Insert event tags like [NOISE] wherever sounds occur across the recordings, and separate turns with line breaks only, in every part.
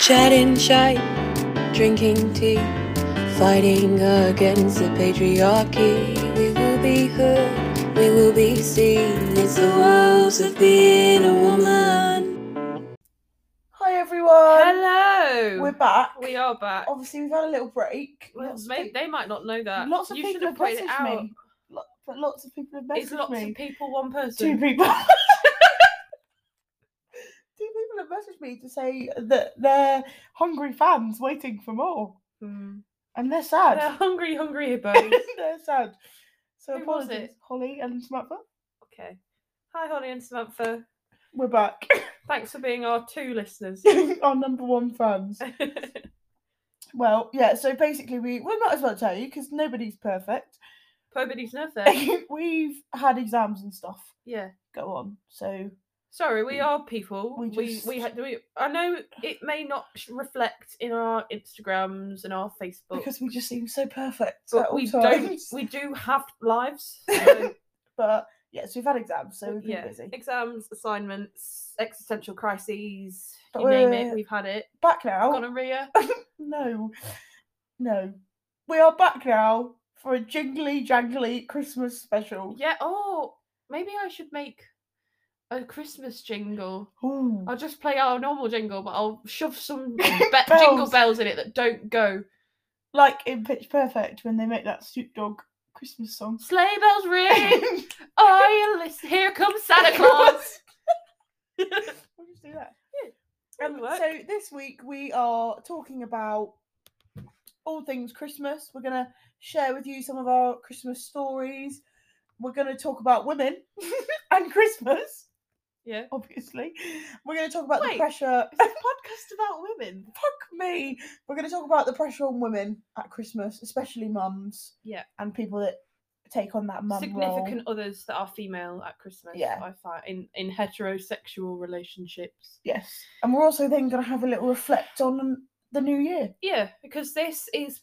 Chatting shy, drinking tea, fighting against the patriarchy. We will be heard, we will be seen. It's the woes of being a woman.
Hi everyone.
Hello.
We're back.
We are back.
Obviously, we've had a little break.
Well,
Lots of
may-
peop-
they might not know that.
lots of
you should
people
have
have
put it
messaged
out.
me. Lo- but lots of people have messaged
It's lots
me.
of people, one
Two
person.
people. [LAUGHS] Two people have messaged me to say that they're hungry fans waiting for more,
Mm.
and they're
They're
sad.
hungry, hungry hippos.
[LAUGHS] they're sad. So
Who was
apologies,
it?
Holly and Samantha.
okay. Hi, Holly and Samantha.
We're back. [LAUGHS]
Thanks for being our two listeners.
Our number one
[LAUGHS]
fans. Well, yeah. So basically, we we might as well tell you because nobody's perfect. [LAUGHS]
Nobody's nothing. [LAUGHS]
We've had exams and stuff
Yeah.
go on, so
Sorry, we are people.
We
We we, we,
just-
had- we I know it may not sh- reflect in our Instagrams and our Facebook,
because we just seem so perfect. at
but
all
we don't.
times.
We do have
[LAUGHS]
lives. so-
But yes, we've had exams, so we've been
yeah,
busy.
exams, assignments, existential crises.
But
you name
we're- Oh.
it, we've had it.
Back now. [LAUGHS]
Gonorrhea.
No, no, we are back now for a jingly jangly Christmas special.
Yeah. Oh, maybe I should make a Christmas jingle.
Ooh.
I'll just play our normal jingle, but I'll shove
[LAUGHS]
some be- jingle
Bells.
bells in it that don't go.
Like in Pitch Perfect when they make that Snoop Dogg Christmas song.
Sleigh bells
[LAUGHS]
ring. oh, you listen. Here comes Santa Claus.
We'll just do that.
Yeah,
Um,
that'll work.
so this week we are talking about all things Christmas. We're gonna share with you some of our Christmas stories. We're gonna talk about women
[LAUGHS]
and Christmas,
yeah.
obviously. We're gonna talk about the
Wait.
pressure.
Is this podcast about women?
Fuck me. We're gonna talk about the pressure on women at Christmas, especially mums.
Yeah.
And people that take on that mum
Significant
role.
others that are female at Christmas.
Yeah.
I find in in heterosexual relationships.
Yes. And we're also then gonna have a little reflect on the new year.
Yeah, because this is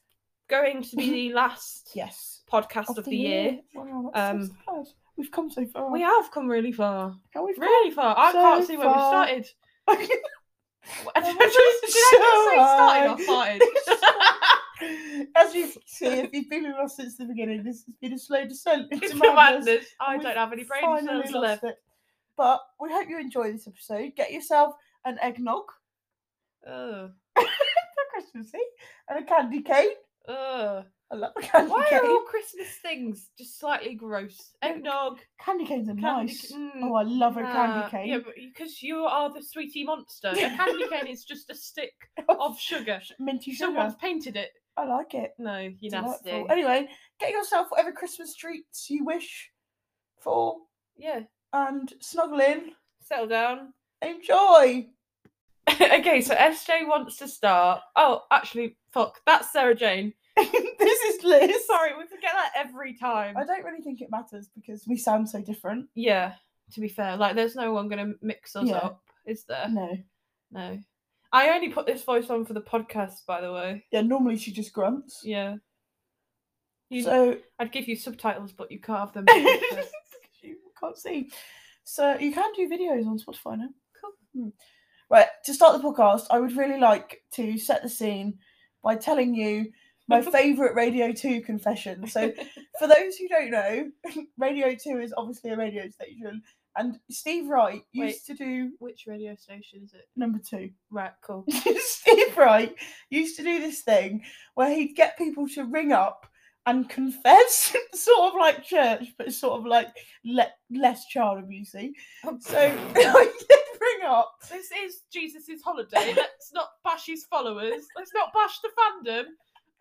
going to
Mm-hmm.
be the last
Yes.
podcast of, the year. Um,
Wow, that's so sad. We've come so far.
We have come really far.
How Oh. we've
Really far. I
so
can't see where
far.
we started.
come.
Did [LAUGHS] I just
[LAUGHS]
say
so
started or farted?
[LAUGHS] As you can see,
[LAUGHS]
if you've been with us since the beginning, this has been a slow descent into
It's
madness.
madness. I
We've
don't have any brain
finally
cells
lost
left.
it. But we hope you enjoy this episode. Get yourself an eggnog [LAUGHS]
Ugh.
for Christmasy and a candy cane. [LAUGHS]
Ugh.
I love a candy
Why
cane.
are all Christmas things just slightly gross? Eggnog,
Candy canes are
candy
nice.
ca- mm,
Oh, I love a
nah.
candy cane.
Yeah, because you are the sweetie monster. A candy
[LAUGHS]
cane is just a stick of sugar.
Minty sugar.
Someone's painted it.
I like it.
No, you
Delightful.
nasty.
Anyway, get yourself whatever Christmas treats you wish for
Yeah,
and snuggle in.
settle down.
Enjoy.
[LAUGHS] okay, so SJ wants to start. Oh, actually, fuck, that's Sarah Jane.
[LAUGHS] this is Liz.
[LAUGHS] Sorry, we forget that every time.
I don't really think it matters because we sound so different.
Yeah, to be fair, like there's no one gonna mix us
Yeah.
up, is there?
No.
No. I only put this voice on for the podcast, by the way.
Yeah, normally she just grunts.
Yeah. You, [LAUGHS]
So [LAUGHS]
I'd give you subtitles, but you can't have [LAUGHS] them.
Because you can't see. So you can do videos on Spotify now.
Cool.
Hmm. Right, to start the podcast, I would really like to set the scene by telling you
[LAUGHS]
my favourite Radio 2 confession. So for those who don't know, [LAUGHS] Radio 2 is obviously a radio station, and Steve Wright used to do
Which radio station is it?
number two.
Right, cool.
[LAUGHS] Steve Wright used to do this thing where he'd get people to ring up and confess, [LAUGHS] sort of like church, but sort of like le- less child abusey. So [LAUGHS] I did bring up.
This is Jesus's holiday. Let's not bash his followers. Let's not bash the fandom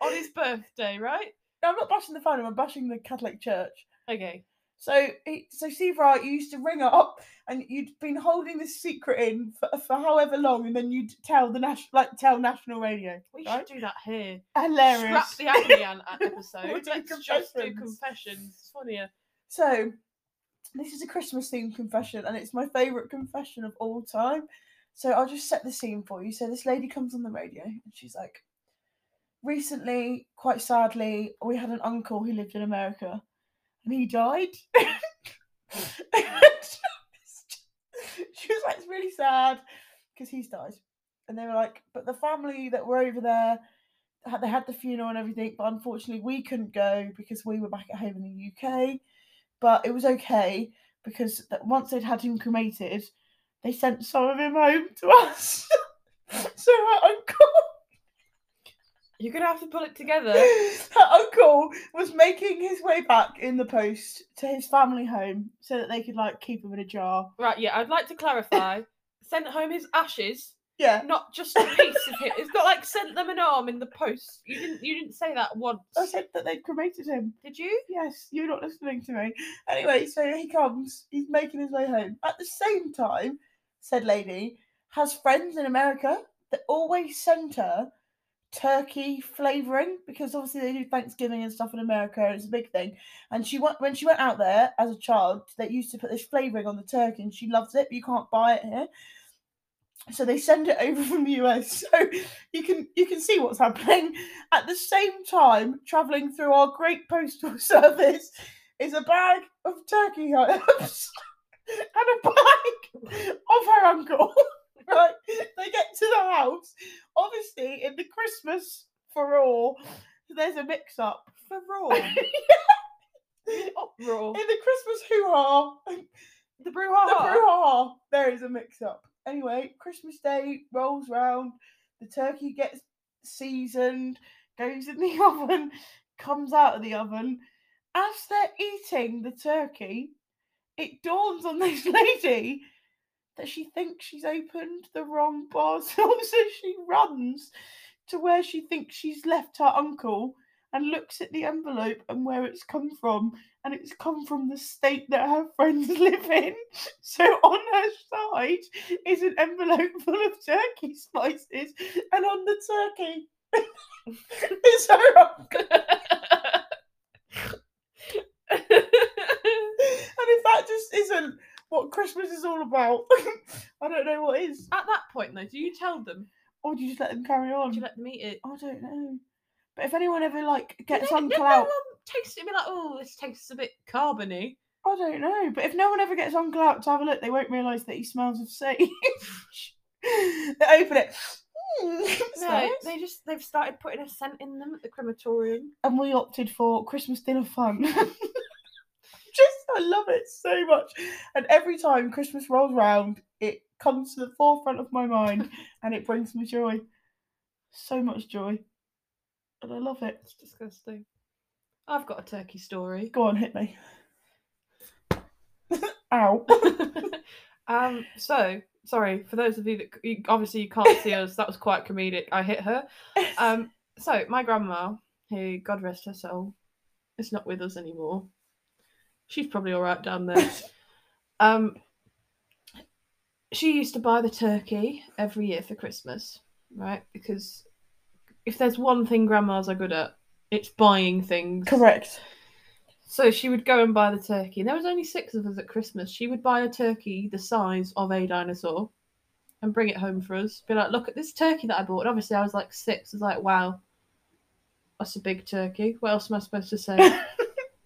on his birthday, right?
No, I'm not bashing the fandom. I'm bashing the Catholic Church.
Okay.
So, he, so Steve Wright, you used to ring up, and you'd been holding this secret in for, for however long, and then you'd tell the national, like tell national radio.
We
right?
should do that here.
Hilarious.
Scrap the agony [LAUGHS] aunt episode.
We'll do
Let's just do
confessions.
confessions. It's funnier.
So, this is a Christmas themed confession, and it's my favourite confession of all time. So, I'll just set the scene for you. So, this lady comes on the radio and she's like, Recently, quite sadly, we had an uncle who lived in America and he died. [LAUGHS] she was like, It's really sad because he's died. and they were like, but the family that were over there, had, they had the funeral and everything, but unfortunately we couldn't go because we were back at home in the UK. But it was okay because that once they'd had him cremated, they sent some of him home to us. [LAUGHS] so her uncle,
You're gonna have to pull it
[LAUGHS]
together.
her uncle was making his way back in the post to his family home so that they could like keep him in a jar.
[LAUGHS] Right, yeah, I'd like to clarify. sent home his ashes,
Yeah,
not just a piece of it. It's not like sent them an arm in the post. You didn't you didn't say that once.
I said that they'd cremated him.
Did you?
Yes, you're not listening to me. Anyway, so he comes, he's making his way home. At the same time, said lady has friends in America that always send her turkey flavouring because obviously they do Thanksgiving and stuff in America and it's a big thing. And she went when she went out there as a child, they used to put this flavouring on the turkey and she loves it, but you can't buy it here. So they send it over [LAUGHS] from the US. So you can you can see what's happening. At the same time, travelling through our great postal [LAUGHS] service is a bag of turkey hooves [LAUGHS] and a bag of her uncle. [LAUGHS] Right, they get to the house. Obviously, in the Christmas furore, there's a mix-up
For raw.
in
raw.
the Christmas hoo-ha.
The
The
brouhaha.
brouhaha. There is a mix up. Anyway, Christmas Day rolls round. The turkey gets seasoned, goes in the [LAUGHS] oven, comes out of the oven. As they're eating the turkey, it dawns on this [LAUGHS] lady that she thinks she's opened the wrong [LAUGHS] parcel. So she runs to where she thinks she's left her uncle and looks at the envelope and where it's come from and it's come from the state that her [LAUGHS] friends live in. So on her side is an envelope full of turkey slices, and on the turkey [LAUGHS] is her uncle. And if that just isn't what Christmas is all about, [LAUGHS] I don't know what is.
[LAUGHS] At that point though, do you tell them?
Or do you just let them carry on?
Do you let them eat it?
I don't know. But if anyone ever like
Did
gets
they- did
uncle
no
out,
one taste it and be like, oh, this tastes a bit carbony.
I don't know. But if no one ever gets uncle out to have a look, they won't realise that he smells of sage. [LAUGHS] they open it. "Hmm, [LAUGHS]
No,
smells."
they just they've started putting a scent in them at the crematorium.
and we opted for Christmas dinner fun. [LAUGHS] Just, I love it so much. And every time Christmas rolls round, it comes to the forefront of my [LAUGHS] mind and it brings me joy. So much joy. And I love it.
It's disgusting. I've got a turkey [LAUGHS] story.
Go on, hit me. [LAUGHS] Ow. [LAUGHS]
um, so sorry for those of you that you, obviously you can't see us. That was quite comedic. I hit her. [LAUGHS] Um, so my grandma, who God rest her soul, is not with us anymore. She's probably all right down there. um, she used to buy the turkey every year for Christmas, right? Because if there's one thing grandmas are good at, it's buying things.
Correct.
So she would go and buy the turkey. And there was only six of us at Christmas. She would buy a turkey the size of a dinosaur and bring it home for us. Be like, look at this turkey that I bought. And obviously I was like six. I was like, wow, that's a big turkey. What else am I supposed to say?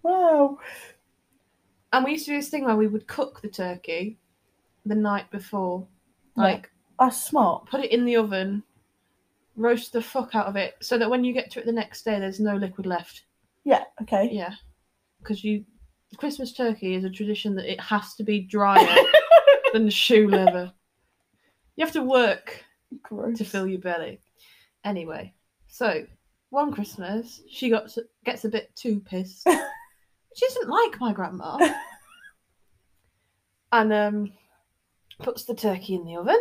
Wow.
and we used to do this thing where we would cook the turkey the night before.
Yeah.
Like
That's smart.
put it in the oven, roast the fuck out of it, so that when you get to it the next day there's no liquid left.
Yeah, okay.
Yeah, because you Christmas turkey is a tradition that it has to be drier than the shoe leather. You have to work
Gross.
to fill your belly. Anyway, so one Christmas she got s- gets a bit too pissed. she doesn't like my grandma, and um, puts the turkey in the oven.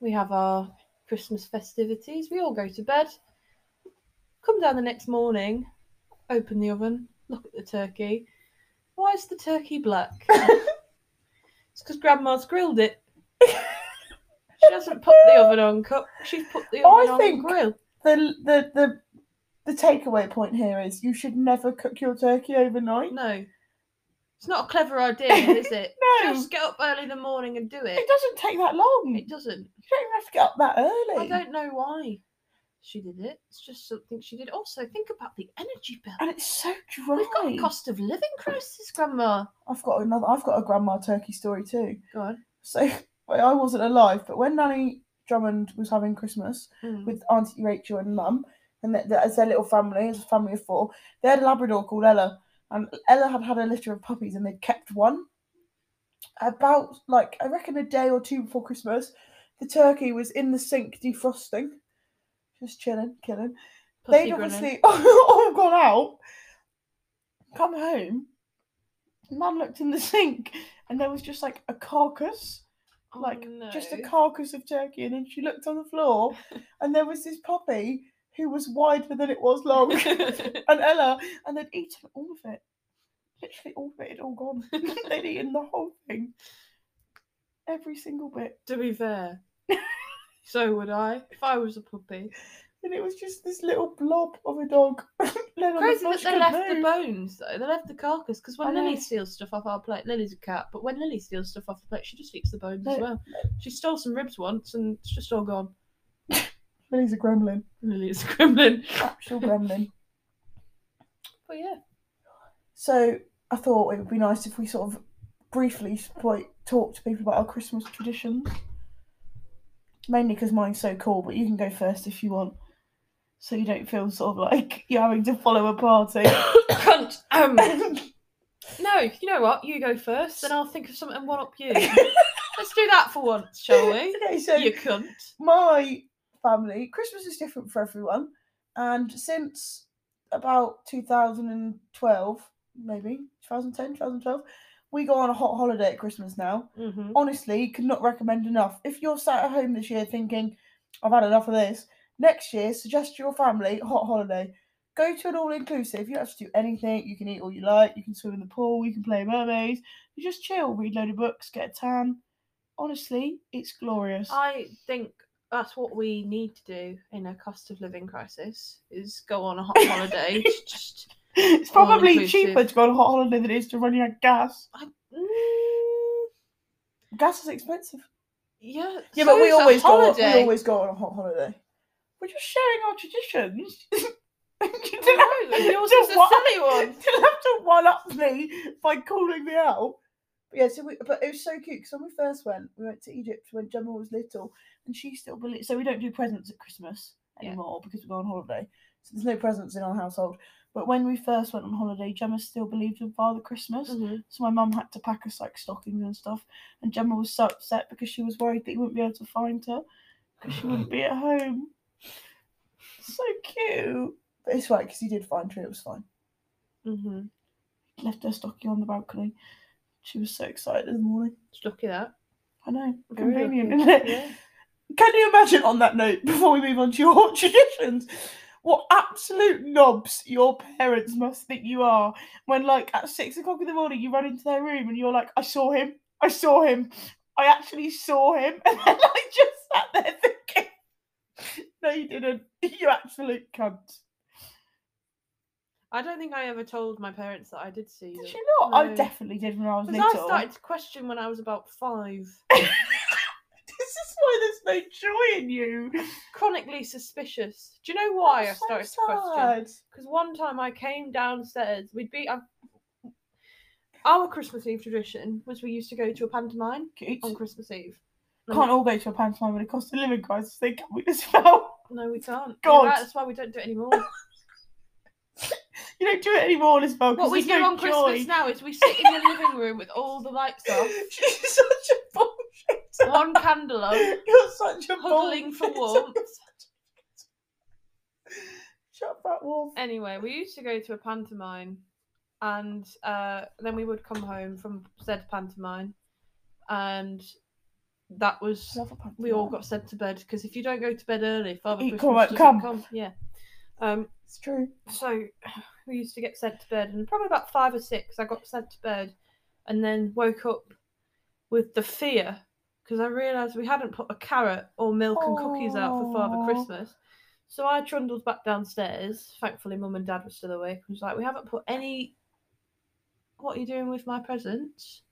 We have our Christmas festivities. We all go to bed. Come down the next morning, open the oven, look at the turkey. Why is the turkey black? it's because Grandma's grilled it. She hasn't put the oven on cook. She's put the
I
oven on
think-
grill.
The, the, the, the takeaway point here is you should never cook your turkey overnight.
No, it's not a clever idea, is it?
No.
Just get up early in the morning and do
It
it.
doesn't take that long.
It doesn't.
You don't even have to get up that
I
early.
don't know why she did it. It's just something she did. Also, think about the energy bill.
And it's so dry.
We've got a cost of living crisis, Grandma.
I've got another. I've got a grandma turkey story too. [LAUGHS]
Go on.
So well, I wasn't alive, but when Nanny Drummond was having Christmas
Mm.
with Auntie Rachel and Mum, and that that- as their little family, as a family of four, they had a Labrador called Ella, and Ella had had a litter of puppies, and they'd kept one. About like I reckon a day or two before Christmas, the turkey was in the sink defrosting, just chilling, killing
Pussy
they'd
grinning.
obviously [LAUGHS] all gone out, come home. Man looked in the sink, and there was just like a carcass,
Oh,
like, just a
[LAUGHS] no.
carcass of turkey. And then she looked on the floor,
[LAUGHS]
and there was this puppy who was wider than it was
[LAUGHS]
long, and Ella, and they'd eaten all of it, literally all of it had all
[LAUGHS]
gone. [LAUGHS] they'd eaten the whole thing, every single bit.
to be fair, [LAUGHS] so would I if I was a puppy.
And it was just this little blob of a dog. [LAUGHS] laying on the
Crazy
floor,
that
she
they
couldn't
left the
move.
bones though. They left the carcass because
I
when
know.
Lily steals stuff off our plate, Lily's a cat. But when Lily steals stuff off the plate, she just eats the bones as
No.
well. She stole some ribs once, and it's just all gone.
Lily's a gremlin.
Lily is a gremlin.
actual gremlin.
But yeah,
So I thought it would be nice if we sort of briefly like talk to people about our Christmas traditions. Mainly because mine's so cool, but you can go first if you want, so you don't feel sort of like [LAUGHS] you're having to follow a party.
cunt. [COUGHS] Um, no, you know what? You go first, then I'll think of something and one up [LAUGHS] you. Let's do that for once, [COUGHS] shall we?
[LAUGHS] okay, so
You cunt.
my family, Christmas is different for everyone, and since about 2012, maybe 2010, 2012, we go on a hot holiday at Christmas now.
Mm-hmm.
honestly could not recommend enough. If you're sat at home this year thinking, I've had enough of this, next year suggest to your family hot holiday. Go to an all inclusive. You don't have to do anything. You can eat all you like. You can swim in the pool. You can play mermaids. You just chill, read load of books, get a tan. Honestly, it's glorious.
I think that's what we need to do in a cost of living crisis is go on a hot
[LAUGHS]
holiday. to just
[LAUGHS] it's probably
all-inclusive.
cheaper to go on a hot holiday than it is to run your own gas.
I, mm,
Gas is expensive.
yeah,
Yeah,
so
but we
it's a
always go. On, we
holiday. [LAUGHS]
always [LAUGHS] go on a hot holiday. We're just sharing our traditions. [LAUGHS] You
I
don't
know,
have-
yours
don't
is a
wa-
silly one.
[LAUGHS] You'll have to one up me by calling me out. But yeah, so we, but it was so cute because when we first went, we went to Egypt when Gemma was little, and she still believes. So we don't do presents at Christmas
Yeah.
anymore because we go on holiday. So there's no presents in our household. But when we first went on holiday, Gemma still believed in Father Christmas. [LAUGHS]
Mhm.
So my mum had to pack us like stockings and stuff. And Gemma was so upset because she was worried that he wouldn't be able to find her because she wouldn't be at home. So cute. But it's right because he did find her. It was fine.
Mhm.
Left her stocking on the balcony. She was so excited in the morning.
It's lucky that.
I know.
Very
Convenient,
lucky.
isn't it?
Yeah.
Can you imagine on that note, before we move on to your [LAUGHS] traditions, what absolute knobs your parents must think you are when, like, at six o'clock in the morning, you run into their room and you're like, I saw him, I saw him, I actually saw him. [LAUGHS] And then I just sat there thinking, No, you didn't. You absolute cunt.
I don't think I ever told my parents that I did see
Did
them.
you not? I
No.
definitely did when I was
Because
little.
I started to question when I was about five.
[LAUGHS] This is why there's no joy in you.
Chronically suspicious. Do you know why I
That's so
started to question?
sad.
because one time I came downstairs, we'd be I, our Christmas Eve tradition was we used to go to a pantomime
Cute.
on Christmas Eve.
Can't all go to a pantomime when it costs a living crisis. They can't we as well.
No, we can't. You're
God.
right, that's why we don't do it anymore.
[LAUGHS] You don't do it anymore, as well.
what we do
[LAUGHS]
on Christmas now is we sit in the living room with all the lights off,
She's such a bullshitter.
one candle on,
You're such a
Oh. huddling for
bullshitter.
warmth.
Shut that wolf.
Anyway, we used to go to a pantomime, and uh, then we would come home from said pantomime, and that was
Love a pantomime.
we all got sent to bed because if you don't go to bed early, Father
He
Christmas
can't
doesn't
come.
come. Yeah. Um.
It's true.
So [SIGHS] we used to get sent to bed, and probably about five or six, I got sent to bed, and then woke up with the fear because I realised we hadn't put a carrot or milk and cookies out for Father
Aw.
Christmas. So I trundled back downstairs. Thankfully, Mum and Dad were still awake. I was like, "We haven't put any. What are you doing with my presents?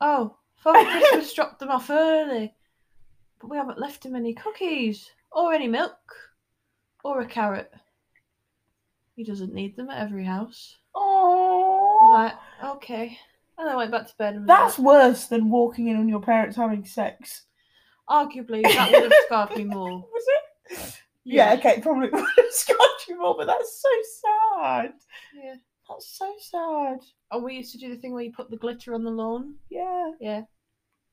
Oh,
[LAUGHS]
Father Christmas dropped them off early." but we haven't left him any cookies or any milk or a carrot. He doesn't need them at every house. I
Oh,
was like, okay. And I went back to bed and was
that's
like,
worse than walking in on your parents having sex.
Arguably, that would have scarred me more.
Was it? [LAUGHS] Yeah, okay, probably [LAUGHS] would have scarred you more, but that's so sad.
Yeah.
That's so sad.
And Oh, we used to do the thing where you put the glitter on the lawn.
Yeah.
Yeah,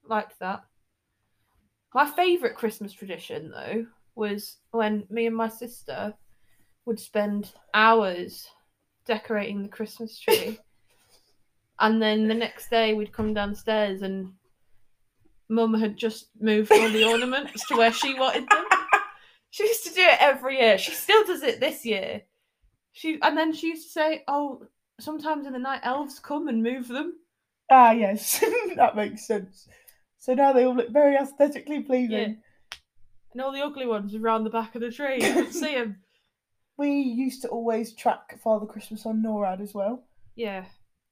liked that. My favourite Christmas tradition, though, was when me and my sister would spend hours decorating the Christmas tree. and then the next day we'd come downstairs and mum had just moved all the ornaments to where she wanted them. She used to do it every year. She still does it this year. She and then she used to say, "Oh, sometimes in the night elves come and move them."
Ah, yes, [LAUGHS] that makes sense. So now they all look very aesthetically
Yeah.
pleasing.
And all the ugly ones around the back of the tree.
[LAUGHS]
You can see them.
We used to always track Father Christmas on NORAD as well.
Yeah.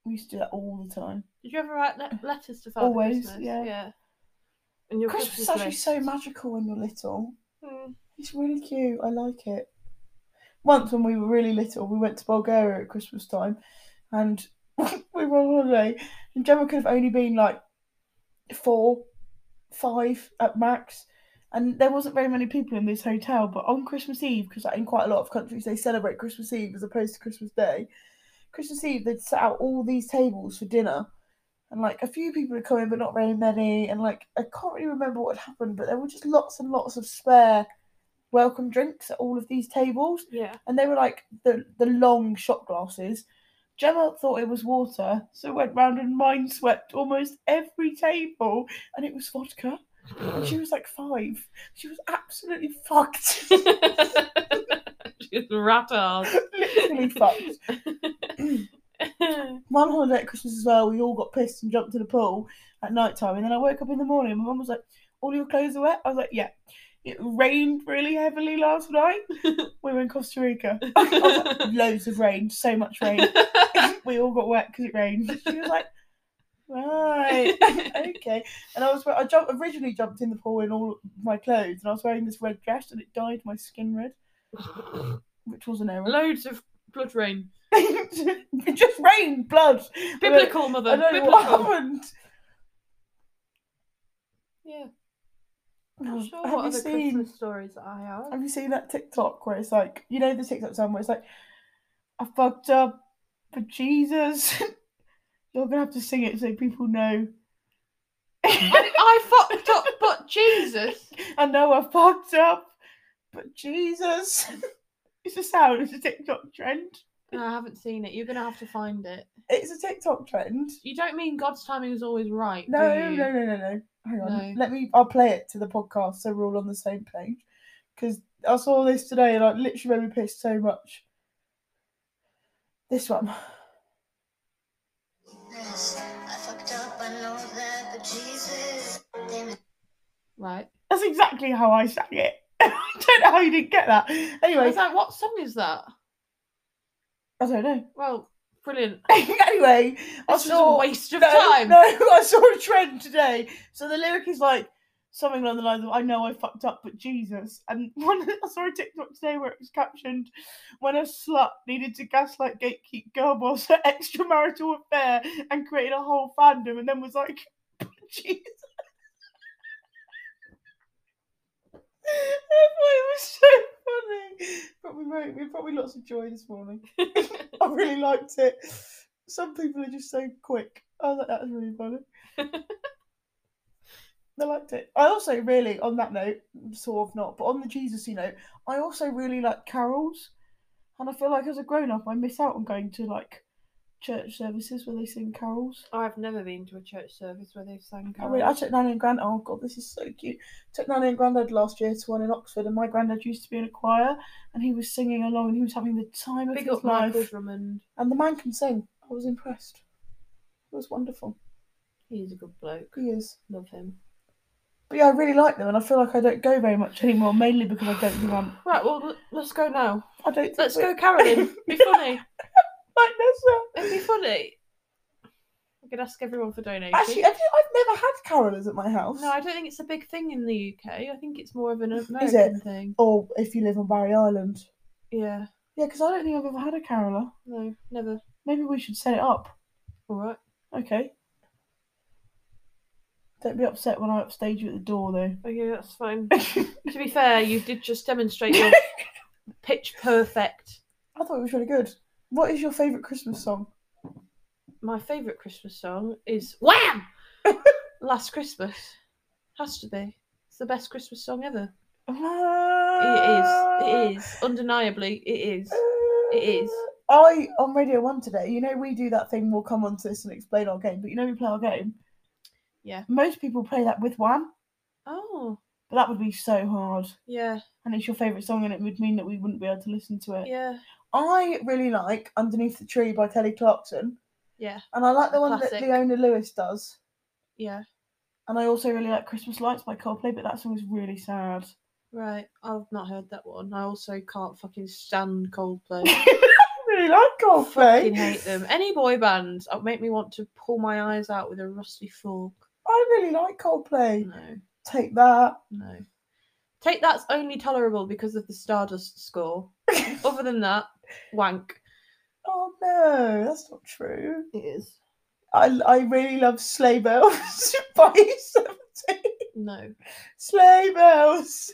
We used to do that all the time.
Did you ever write le- letters to Father
Always,
Christmas?
yeah.
And your
Christmas
Christmas,
is actually
list.
so magical when you're little.
Mm.
It's really cute. I like it. Once when we were really little, we went to Bulgaria at Christmas time and [LAUGHS] we were on holiday and Gemma could have only been like four, five at max. And there wasn't very many people in this hotel, but on Christmas Eve, because in quite a lot of countries they celebrate Christmas Eve as opposed to Christmas Day, Christmas Eve they'd set out all these tables for dinner. And like a few people had come in, but not very many. And like I can't really remember what had happened, but there were just lots and lots of spare welcome drinks at all of these tables, [LAUGHS]
Yeah. [LAUGHS]
and they were like the the long shot glasses. Gemma thought it was water, so went round and mind swept almost every table, and it was vodka. And she was like five. She was absolutely fucked, [LAUGHS]
She's a rat
[COUGHS]
ass.
literally fucked. One holiday at Christmas as well, we all got pissed and jumped in the pool at night time, and then I woke up in the morning. and My mum was like, "All your clothes are wet." I was like, "Yeah." It rained really heavily last night. we were in Costa Rica. I was like, loads of rain, so much rain. we all got wet because it rained. She was like, right, [LAUGHS] okay. And I was, I jumped, originally jumped in the pool in all my clothes, and I was wearing this red dress, and it dyed my skin red, which was an error. [LAUGHS]
Loads of blood rain.
it just rained blood.
Biblical,
I
mother.
don't [LAUGHS] know
Biblical.
what happened.
Yeah.
Oh,
Not sure
have
what
you
other
seen?
Christmas stories I
[LAUGHS]
have.
Have you seen that TikTok where it's like, you know, the TikTok song where it's like, I fucked up, but Jesus. [LAUGHS] You're gonna have to sing it so people know. [LAUGHS]
I, I fucked up, but Jesus.
I know I fucked up, but Jesus. [LAUGHS] it's a sound, it's a TikTok trend.
No, I haven't seen it. You're gonna have to find it.
It's a TikTok trend.
You don't mean God's timing is always right.
No,
do
no,
you?
no, no, no, no. Hang on.
No.
Let me, I'll play it to the podcast so we're all on the same page. Because I saw this today and I literally made me pissed so much. This one.
Yes, I fucked up, I know that, but Jesus, damn it.
Right.
That's exactly how I sang it. [LAUGHS] I don't know how you didn't get that.
I
Anyway,
was like, what song is that?
I don't know.
Well, brilliant.
[LAUGHS] anyway, I
This was
saw
a waste of
no,
time.
No, [LAUGHS] I saw a trend today. So the lyric is like something along the lines of "I know I fucked up, but Jesus." And [LAUGHS] one I saw a TikTok today where it was captioned, "When a slut needed to gaslight gatekeep girl boss her [LAUGHS] extramarital affair and created a whole fandom," and then was like, [LAUGHS] "Jesus." [LAUGHS] I thought it was so funny. Probably wrote me probably lots of joy this morning. [LAUGHS] I really liked it. Some people are just so quick. I was like, that was really funny.
[LAUGHS]
I liked it. I also really, on that note, sort of not, but on the Jesus note, I also really like carols. And I feel like as a grown up, I miss out on going to like church services where they sing carols.
I've never been to a church service where they've sang
I
carols.
mean, I took Nanny and Grand. Oh god, this is so cute. Took Nanny and Grandad last year to one in Oxford, and my granddad used to be in a choir, and he was singing along, and he was having the time of
Big
his
up
life.
Michael Drummond.
And the man can sing. I was impressed. It was wonderful.
He's a good bloke.
He is.
Love him.
But yeah, I really like them, and I feel like I don't go very much anymore, mainly because I don't think I'm.
Right, well, l- let's go now.
I don't. Think
Let's
we're-
go
[LAUGHS]
caroling. Be funny.
Like, uh. that's not-
It'd be funny. We could ask everyone for donations.
Actually, uh, have you, I've never had carolers at my house.
no, I don't think it's a big thing in the UK. I think it's more of an American
it?
thing.
Or if you live on Barry Island.
Yeah.
Yeah, because I don't think I've ever had a caroler.
No, never.
Maybe we should set it up.
All right.
Okay. Don't be upset when I upstage you at the door, though. [LAUGHS]
Okay, that's fine. to be fair, you did just demonstrate your pitch perfect.
I thought it was really good. What is your favourite Christmas song?
My favourite Christmas song is Wham! Last Christmas. Has to be. It's the best Christmas song ever.
Uh.
It is. It is. Undeniably, it is. It is.
I on Radio One today. You know we do that thing. We'll come onto this and explain our game, but you know we play our game.
Yeah.
Most people play that with one,
Oh,
but that would be so hard.
yeah,
And it's your favourite song, and it would mean that we wouldn't be able to listen to it.
yeah,
I really like "Underneath the Tree" by Kelly Clarkson,
yeah,
and I like the one
Classic.
that Leona Lewis does.
yeah.
And I also really like "Christmas Lights" by Coldplay, but that song is really sad. [LAUGHS]
Right. I've not heard that one. I also can't fucking stand Coldplay.
[LAUGHS] I really like Coldplay.
fucking hate them. Any boy bands uh, make me want to pull my eyes out with a rusty fork.
I really like Coldplay.
No,
Take that. [LAUGHS]
no. Mm-hmm. Take that's only tolerable because of the Stardust score. Other than that, wank.
Oh no, that's not true.
It is.
I, I really love Sleigh Bells [LAUGHS] by Seventeen.
No.
Sleigh Bells.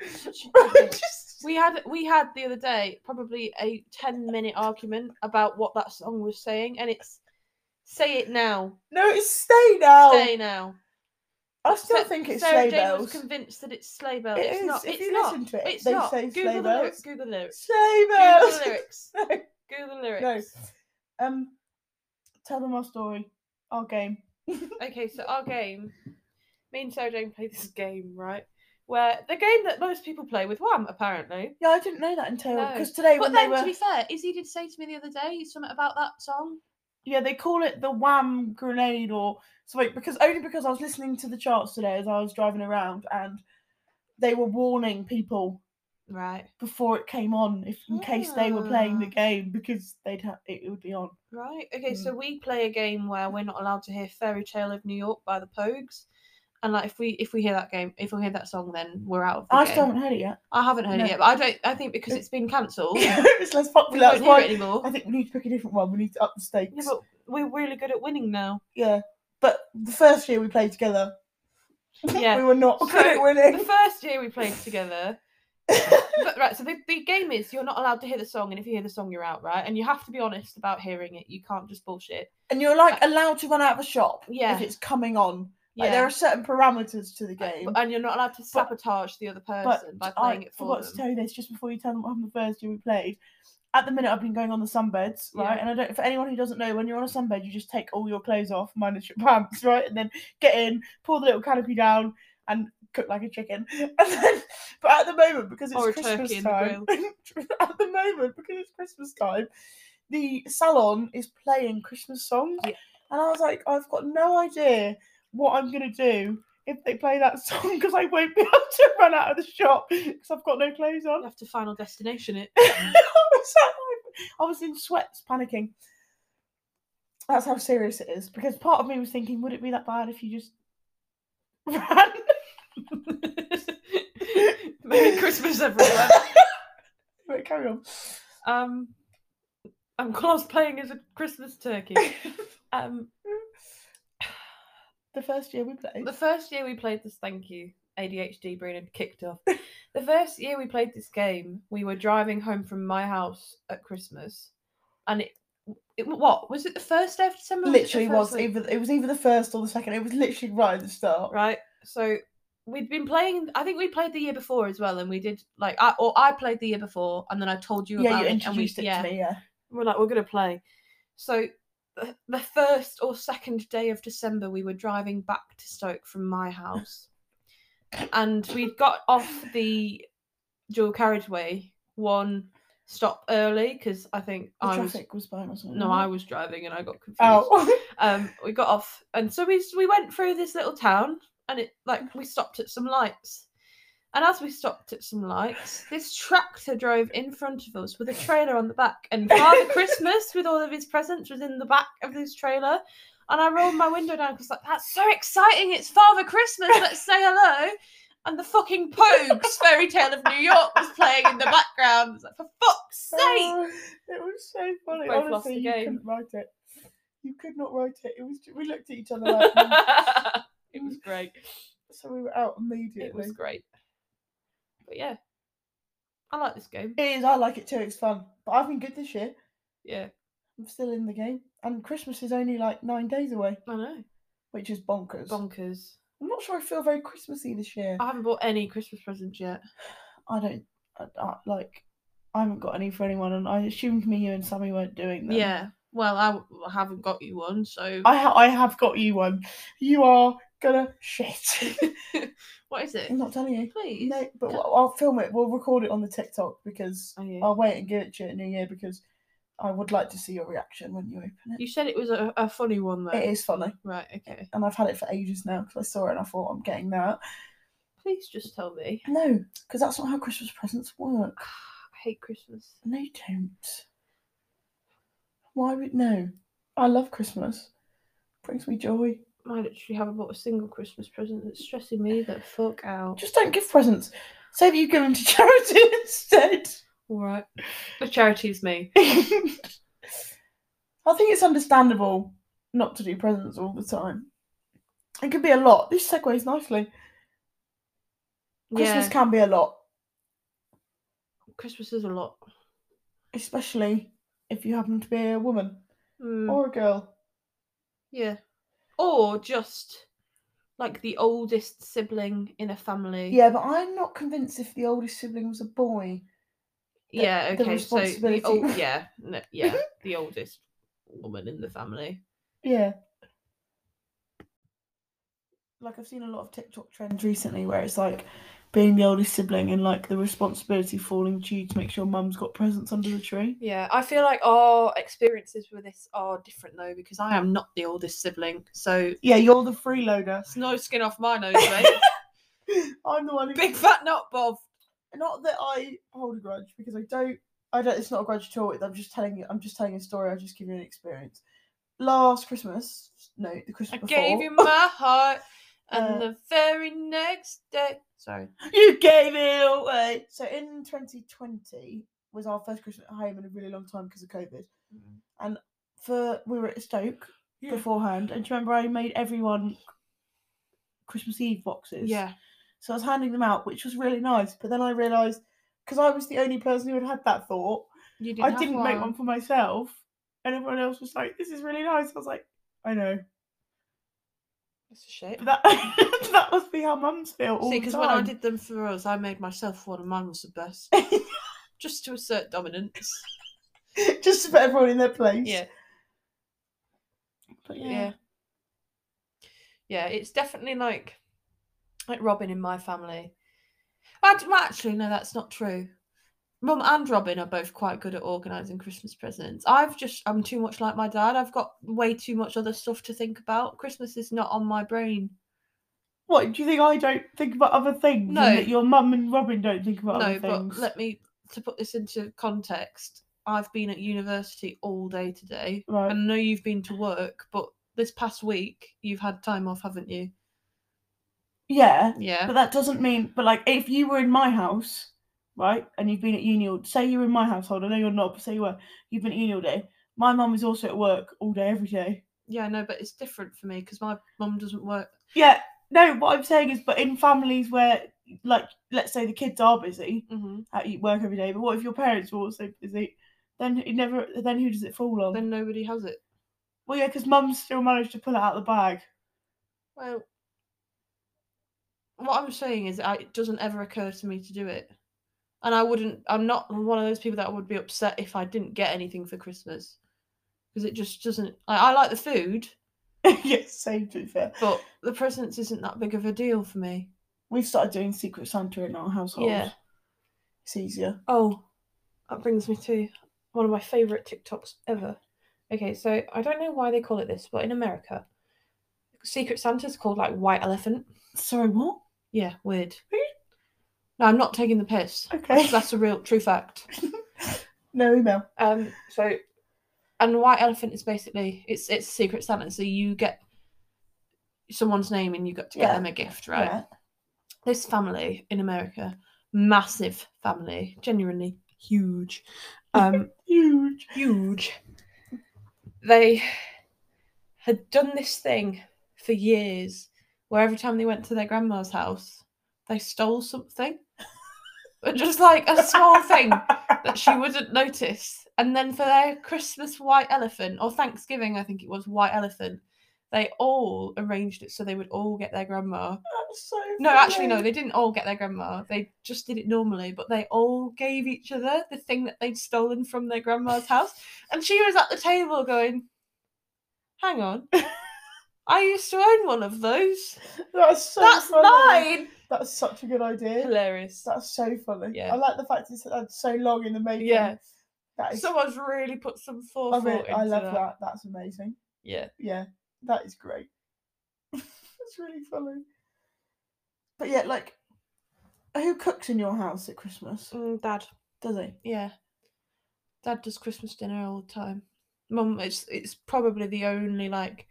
[LAUGHS]
Such a [LAUGHS] dickhead.
Just-
We had we had the other day probably a ten minute argument about what that song was saying, and it's say it now,
no, it's Stay Now.
say now.
I still
Sa-
think it's
Sarah
Sleigh
Jane
Bells.
was convinced that it's sleigh bells.
It
it's
is.
not.
If
it's
you
not.
listen to it,
it's
they
not.
say
Google
sleigh
the
bells.
lyrics. Google
[LAUGHS]
the lyrics.
Sleigh
Google
Bells. [LAUGHS]
the lyrics.
No.
Google the lyrics.
Um, tell them our story, our game.
Okay, so our game. Me and Sarah Jane play this game, right? Where the game that most people play with Wham, apparently.
Yeah, I didn't know that until
No.
because today
But
when
then,
they were
to be fair, Izzy did say to me the other day something about that song.
yeah they call it the wham grenade or something because only because I was listening to the charts today as I was driving around and they were warning people
Right,
before it came on if in case they were playing the
Ah.
game because they'd ha- it would be on.
right. Okay, so we play a game where we're not allowed to hear "Fairy Tale of New York" by the Pogues, and like if we if we hear that game, if we hear that song, then we're out. Of the
I
game.
still haven't heard it yet.
I haven't heard
No.
it yet, but I don't. I think because
It-
it's been cancelled,
[LAUGHS] it's less
we
popular.
won't
That's
hear
why
it anymore.
I think we need to pick a different one. We need to up the stakes.
Yeah, but we're really good at winning now.
Yeah. But the first year we played together, we
Yeah.
were not good at
So, the
winning. [LAUGHS]
first year we played together. but, right, so the, the game is you're not allowed to hear the song, and if you hear the song, you're out, right? And you have to be honest about hearing it. You can't just bullshit.
And you're like allowed to run out of a shop
Yeah.
if it's coming on.
Yeah.
Like, there are certain parameters to the game.
and you're not allowed to sabotage the other person by
But
playing
I
it for
forgot
them.
to tell you this just before you tell them what happened the first year we played. At the minute, I've been going on the sunbeds, right?
Yeah.
And I don't. For anyone who doesn't know, when you're on a sunbed, you just take all your clothes off, minus your [LAUGHS] pants, right? And then get in, pull the little canopy down, and cook like a chicken. [LAUGHS] And then, but at the moment, because it's
Or a turkey
Christmas
in the
time, [LAUGHS] at the moment because it's Christmas time, the salon is playing Christmas songs,
Yeah.
and I was like, I've got no idea what I'm gonna do if they play that [LAUGHS] song because I won't be [LAUGHS] able to run out of the shop because I've got no clothes
You
on.
have to final destination it.
[LAUGHS] I, was like- I was in sweats, panicking. That's how serious it is. Because part of me was thinking, would it be that bad if you just [LAUGHS] ran?
Merry Christmas, everyone.
Right, carry on.
[LAUGHS]
[LAUGHS]
Um, I'm cosplaying as a
[LAUGHS]
Christmas turkey. Um,
The first year we played.
the first year we played this, thank you, ADHD brain had
[LAUGHS]
kicked off. The first year we played this game, we were driving home from my house at Christmas, and it, it what was it the first day of December? or
literally
the
was
first week?
either it was either the first or the second. It was literally right at the start.
right. So we'd been playing. I think we played the year before as well, and we did like I or I played the year before, and then I told you
yeah,
about
you
it,
introduced
and
it
we, yeah,
to me. Yeah,
we're like, we're gonna play. So the, the first or second day of December, we were driving back to Stoke from my house, and we'd got off the dual carriageway one stop early because I think
the
I was
traffic was fine or something.
no, I
wasn't
was driving and I got confused.
it? Oh,
Um, we got off, and so we we went through this little town, and it like we stopped at some lights. And as we stopped at some lights, this tractor drove in front of us with a trailer on the back. And Father Christmas, with all of his presents, was in the back of this trailer. And I rolled my window down because like that's so exciting! It's Father Christmas. Let's say hello. And the fucking Pogues fairy tale of New York was playing in the background. It's like, for fuck's sake!
[LAUGHS] Oh, it was so funny.
both lost
Honestly,
the
you
game. [LAUGHS]
couldn't write it. You could not write it. It was. We looked at each other like. mm,
It was great.
So we were out immediately.
It was great. But yeah, I like this game.
It is. I like it too. It's fun. But I've been good this year.
Yeah,
I'm still in the game, and Christmas is only like nine days away,
I know.
which is bonkers.
Bonkers.
I'm not sure I feel very Christmassy this year.
I haven't bought any Christmas presents yet.
I don't I, I, like. I haven't got any for anyone, and I assumed me, you, and Sammy weren't doing them.
Yeah. Well, I w- haven't got you one, so
I ha- I have got you one. You are gonna shit.
[LAUGHS] [LAUGHS] what is it?
I'm not telling you.
Please.
No, but I'll I'll film it. We'll record it on the TikTok because
Oh, yeah.
I'll wait and give it to you at New Year because I would like to see your reaction when you open it.
You said it was a, a funny one though.
It is funny,
Right. Okay.
and I've had it for ages now because I saw it and I thought I'm getting that.
Please just tell me.
No, because that's not how Christmas presents work.
I hate Christmas.
No, you don't. Why would no? I love Christmas. Brings me joy.
I literally haven't bought a single Christmas present. It's stressing me the fuck out.
Just don't give presents. Say that you give them to [LAUGHS] charity instead.
All right. The charity's me.
I think it's understandable not to do presents all the time. It could be a lot. This segues nicely. Christmas
yeah.
can be a lot,
Christmas is a lot.
especially if you happen to be a woman
Mm,
or a girl.
yeah. Or just like the oldest sibling in a family.
Yeah, but I'm not convinced if the oldest sibling was a boy. the-
Yeah.
the
Okay. so the
responsibility.
old. Yeah.
[LAUGHS]
No, yeah. the oldest woman in the family.
Yeah. Like I've seen a lot of TikTok trends recently where it's like being the oldest sibling and like the responsibility falling to you to make sure mum's got presents under the tree.
Yeah, I feel like our experiences with this are different though because I am not the oldest sibling, so
Yeah, you're the freeloader. [GASPS]
it's no skin off my nose, [LAUGHS] mate.
I'm the one who
Big fat nut, Bob.
not that I hold a grudge because I don't. I don't. It's not a grudge at all. I'm just telling you. I'm just telling a story. I just give you an experience. Last Christmas, no, the
I
Christmas before,
gave you my heart, and
Uh,
the very next day. Sorry.
you gave it away. So in 2020 was our first Christmas at home in a really long time because of COVID. And for we were at Stoke
Yeah.
beforehand, and do you remember I made everyone Christmas Eve boxes?
Yeah.
So I was handing them out, which was really nice. But then I realised because I was the only person who had had that thought.
You
I didn't make one for myself, and everyone else was like, "This is really nice." I was like, "I know,"
That's a shit.
but that [LAUGHS] that must be how mums feel all
See,
the
because
time.
when I did them for us, I made myself one, and mine was the
[LAUGHS]
best. Just to assert dominance.
[LAUGHS] just to put everyone in their place.
Yeah.
But yeah.
yeah yeah it's definitely like like robin in my family I d- well, actually no that's not true mum and robin are both quite good at organising christmas presents i've just i'm too much like my dad i've got way too much other stuff to think about christmas is not on my brain
What do you think? I don't think about other things.
No.
and that your mum and Robin don't think about
no
other
but
things.
let me to put this into context i've been at university all day today
Right.
i know you've been to work but this past week you've had time off haven't you
Yeah,
yeah
but that doesn't mean. But like, if you were in my house, right, and you've been at uni, all, say you were in my household. I know you're not, but say you were. You've been at uni all day. My mum is also at work all day, every day.
Yeah, no, but it's different for me because my mum doesn't work.
Yeah, no, what I'm saying is, but in families where, like, let's say the kids are busy
Mm-hmm.
at y- work every day, but what if your parents were also busy? Then it never. Then who does it fall on?
Then nobody has it.
well, yeah, because mum still managed to pull it out of the bag. [LAUGHS]
Well, what I'm saying is, I, it doesn't ever occur to me to do it, and I wouldn't. I'm not one of those people that would be upset if I didn't get anything for Christmas because it just doesn't. I, I like the food,
yes, same to be fair.
but the presents isn't that big of a deal for me.
We've started doing Secret Santa in our household.
Yeah.
It's easier.
Oh, that brings me to one of my favorite TikToks ever. Okay, so I don't know why they call it this, but in America, Secret Santa's called like White Elephant.
Sorry, what?
Yeah, weird. No, I'm not taking the piss.
Okay.
That's a real true fact.
[LAUGHS] no email.
Um, so, and the White Elephant is basically it's it's Secret Santa. So you get someone's name and you got to get
Yeah.
them a gift, right?
Yeah.
this family in America, massive family, genuinely huge, um,
Huge. [LAUGHS]
huge. They had done this thing for years where every time they went to their grandma's house, they stole something. [LAUGHS] but just like a small thing that she wouldn't notice. And then for their Christmas white elephant, or Thanksgiving, I think it was white elephant, they all arranged it so they would all get their grandma.
That's so
No, actually, no,
funny.
they didn't all get their grandma. They just did it normally, but they all gave each other the thing that they'd stolen from their grandma's house. And she was at the table going, Hang on, I used to own one of those.
That's [LAUGHS] so
That's
funny.
mine.
That's such a good idea.
Hilarious.
That's so funny.
Yeah.
I like the fact it's had so long in the making.
Yeah.
That is.
Someone's really put some thought
I, really,
into
I love that. That's amazing.
Yeah.
yeah, that is great. [LAUGHS] That's really funny. But yeah, like, who cooks in your house at Christmas?
Mm, Dad.
Does he?
Yeah. Dad does Christmas dinner all the time. Mum, it's it's probably the only like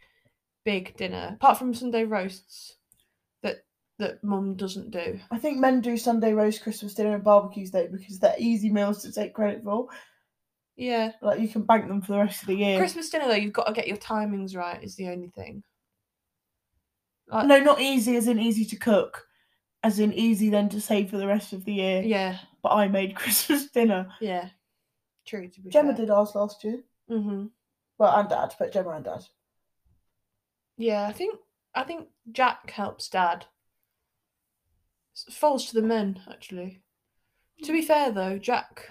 big dinner apart from Sunday roasts that that Mum doesn't do.
I think men do Sunday roast, Christmas dinner, and barbecues day because they're easy meals to take credit for.
Yeah.
Like you can bank them for the rest of the year.
Christmas dinner though, you've got to get your timings right. Is the only thing. Like,
no, not easy as in easy to cook, as in easy then to save for the rest of the year.
Yeah.
But I made [LAUGHS] Christmas dinner.
Yeah. True. To be
Gemma did ours last year.
Mm-hmm.
Well, and Dad, but Gemma and
[LAUGHS]
Dad. [LAUGHS]
Yeah, I think I think Jack helps Dad. S- Falls to the men, actually. To be fair, though, Jack,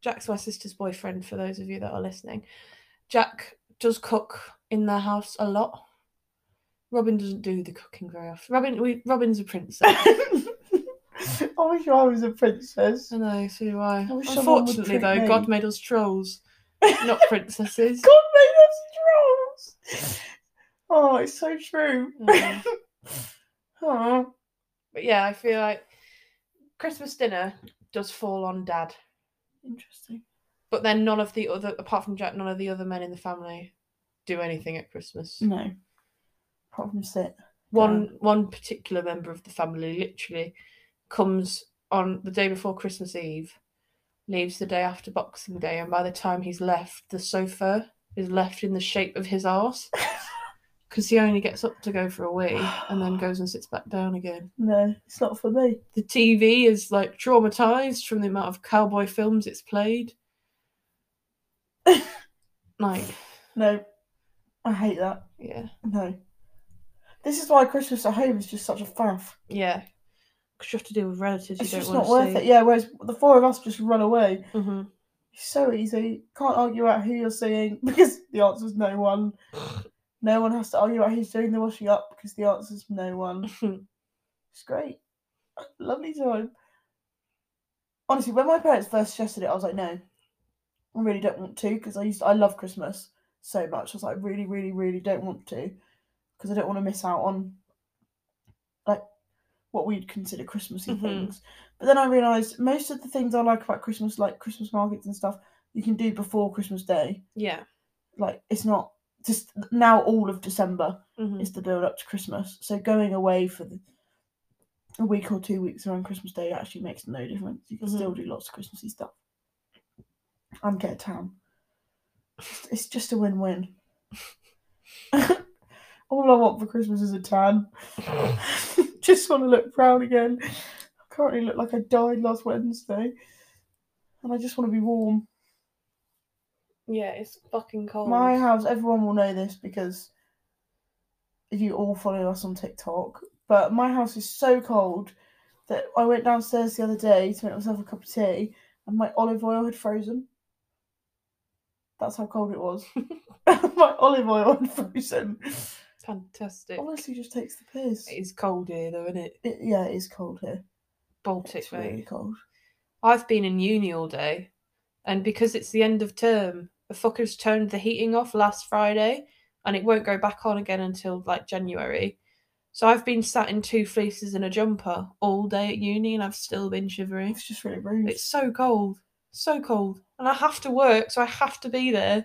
Jack's my sister's boyfriend. For those of you that are listening, Jack does cook in their house a lot. Robin doesn't do the cooking very often. Robin, we, Robin's
[LAUGHS]
a princess.
I wish I was a
[LAUGHS]
princess.
I know, so do I.
I wish someone would
Unfortunately,
treat
though,
me.
God made us trolls,
[LAUGHS]
not princesses.
God made us trolls. Oh, it's so
[LAUGHS]
true.
Um,
Oh,
but yeah, I feel like Christmas dinner does fall on Dad.
interesting.
But then none of the other, apart from Jack, none of the other men in the family do anything at Christmas.
No, problem sit.
One one particular member of the family literally comes on the day before Christmas Eve, leaves the day after Boxing Day, and by the time he's left, the sofa is left in the shape of his arse. Because he only gets up to go for a wee and then goes and sits back down again.
No, it's not for me.
The TV is like traumatized from the amount of cowboy films it's played. like,
No, I hate that.
yeah.
No, this is why Christmas at home is just such a faff.
Yeah, because you have to deal with relatives
It's
you
just
don't want
not
to
worth it.
see.
Yeah, whereas the four of us just run away.
hmm
It's so easy. Can't argue out who you're seeing [LAUGHS] because the answer's no one. No one has to argue about who's doing the washing up because the answer's no one. It's great. [LAUGHS] Lovely time. Honestly, when my parents first suggested it, I was like, no, I really don't want to because I used I love Christmas so much. I was like, I really, really, really don't want to because I don't want to miss out on like what we'd consider Christmassy
Mhm.
things. But then I realised most of the things I like about Christmas, like Christmas markets and stuff, you can do before Christmas Day.
Yeah.
Like it's not just now all of December
hmm
is the build up to Christmas. So going away for the, a week or two weeks around Christmas Day actually makes no difference. You can
Mhm.
still do lots of Christmassy stuff and get a tan. It's- It's just a win win. [LAUGHS] All I want for Christmas is a tan. [LAUGHS] just want to look brown again. I currently look like I died last Wednesday. And I just want to be warm.
Yeah, it's fucking cold.
My house, everyone will know this because you all follow us on TikTok. But my house is so cold that I went downstairs the other day to make myself a cup of tea and my olive oil had frozen. That's how cold it
[LAUGHS]
was. [LAUGHS] my olive oil had frozen.
Fantastic.
Honestly, just takes the piss.
It is cold here, though, isn't it?
It- yeah, it is cold here.
Baltic,
it's
mate.
really cold.
I've been in uni all day, and because it's the end of term, the fuckers turned the heating off last Friday, and it won't go back on again until like January. So I've been sat in two fleeces and a jumper all day at uni, and I've still been shivering.
It's just really rude.
It's so cold, so cold, and I have to work, so I have to be there.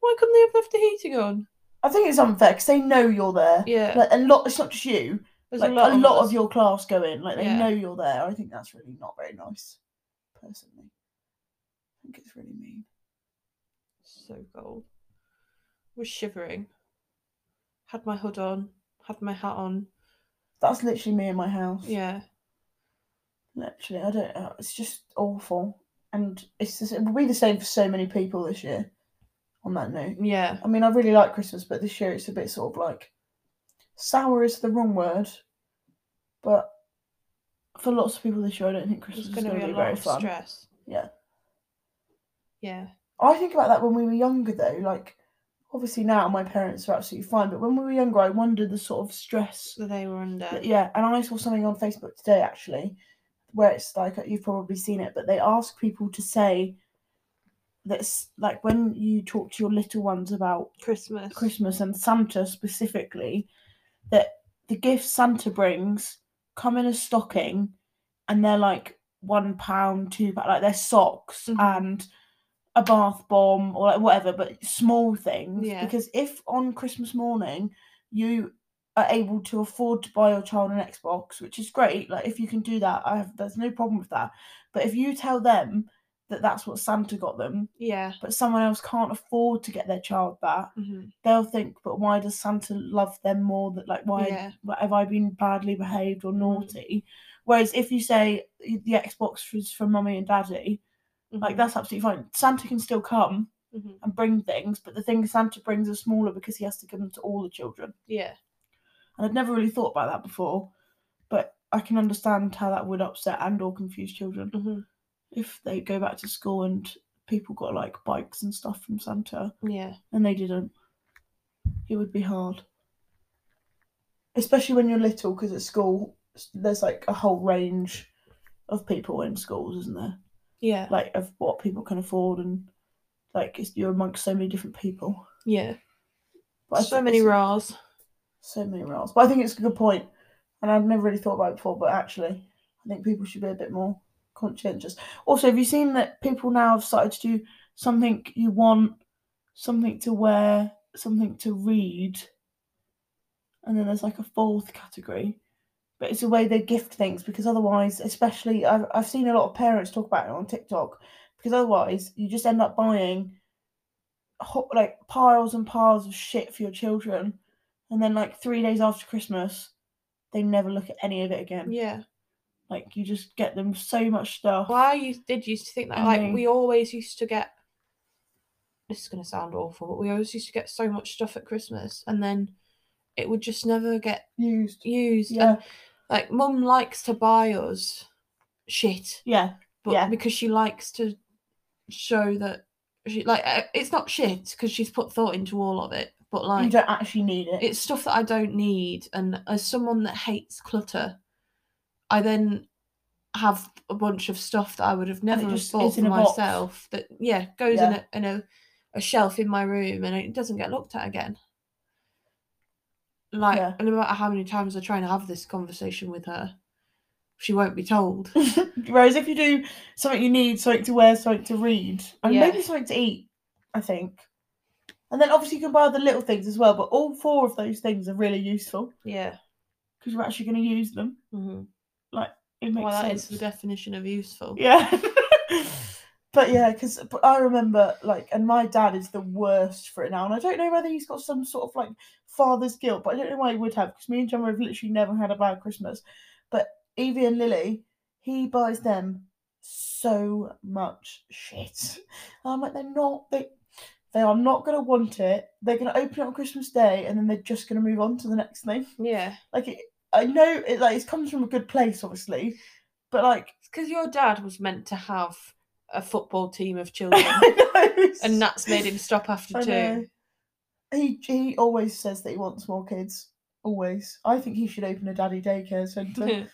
Why couldn't they have left the heating on?
I think it's unfair because they know you're there.
Yeah.
Like, a lot. It's not just you.
There's
like a lot, of,
us.
your class go in, like they
Yeah.
know you're there. I think that's really not very nice, personally. I think it's really mean.
so cold. Was shivering. Had my hood on, had my hat on,
That's literally me in my house.
Yeah.
Literally, I don't know. It's just awful, and it's the s it will be the same for so many people this year. On that note,
Yeah.
I mean, I really like Christmas, but this year it's a bit sort of like sour is the wrong word, but for lots of people this year, I don't think Christmas is
It's going to
going
be a lot
very
of
fun.
stress.
Yeah.
Yeah.
I think about that when we were younger, though. Like, obviously now my parents are absolutely fine, but when we were younger, I wondered the sort of stress
That they were under.
But yeah, and I saw something on Facebook today actually, where it's like you've probably seen it, but they ask people to say that's like when you talk to your little ones about
Christmas.
Christmas and Santa specifically, that the gifts Santa brings come in a stocking, and they're like one pound, two pound, like they're socks
Mhm.
and a bath bomb or like whatever, but small things.
Yeah.
Because if on Christmas morning you are able to afford to buy your child an Xbox, which is great, like if you can do that, I have there's no problem with that. But if you tell them that that's what Santa got them,
Yeah.
but someone else can't afford to get their child that,
hmm
they'll think, but why does Santa love them more? That like, why
Yeah.
why- have I been badly behaved or naughty? Whereas if you say the Xbox is from mummy and daddy,
Mm-hmm.
like that's absolutely fine. Santa can still come
hmm
and bring things, but the things Santa brings are smaller because he has to give them to all the children.
Yeah.
And I'd never really thought about that before, but I can understand how that would upset and or confuse children
hmm
if they go back to school and people got like bikes and stuff from Santa
Yeah.
and they didn't, it would be hard. Especially when you're little, because at school s- there's like a whole range of people in schools, isn't there?
Yeah.
Like of what people can afford and like it's, you're amongst so many different people.
Yeah.
But I
so
think
many
it's-
roles.
so many roles. But I think it's a good point, and I've never really thought about it before. But actually, I think people should be a bit more conscientious. Also, have you seen that people now have started to do something you want, something to wear, something to read, and then there's like a fourth category. But it's a way they gift things because otherwise, especially I've, I've seen a lot of parents talk about it on TikTok because otherwise you just end up buying ho- like piles and piles of shit for your children and then like three days after Christmas, they never look at any of it again.
Yeah.
Like you just get them so much stuff.
Well, I used, did used to think that.
I
Like,
know.
we always used to get. This is going to sound awful, but we always used to get so much stuff at Christmas, and then it would just never get
Used.
used.
Yeah.
And, like, mum likes to buy us shit,
Yeah.
but
Yeah.
because she likes to show that she like uh, it's not shit because she's put thought into all of it, but
you
like
don't actually need it.
it's stuff that I don't need. And as someone that hates clutter, I then have a bunch of stuff that I would have never
it
have
just
bought
is
for
in a box.
myself. That yeah goes
Yeah.
in a in a, a shelf in my room and it doesn't get looked at again. Like
Yeah.
and no matter how many times I try and have this conversation with her, she won't
[LAUGHS]
be told.
Whereas if you do something you need, something to wear, something to read, and
Yeah.
maybe something to eat, I think. And then obviously you can buy other little things as well, but all four of those things are really useful
yeah.
because you're actually going to use them.
Mm-hmm.
It makes
Well, that
sense.
is the definition of useful.
Yeah. but yeah, because I remember like, and my dad is the worst for it now, and I don't know whether he's got some sort of like father's guilt, but I don't know why he would have because me and Gemma have literally never had a bad Christmas. But Evie and Lily, he buys them so much shit. And I'm like, they're not they. They are not going to want it. They're going to open it on Christmas Day, and then they're just going to move on to the next thing.
Yeah.
Like, it, I know it like it comes from a good place, obviously, but like
Because your dad was meant to have a football
[LAUGHS]
team of children.
I know.
and that's made him stop after
I know.
[LAUGHS] two.
He he always says that he wants more kids. Always. I think he should open a daddy daycare
[LAUGHS]
centre.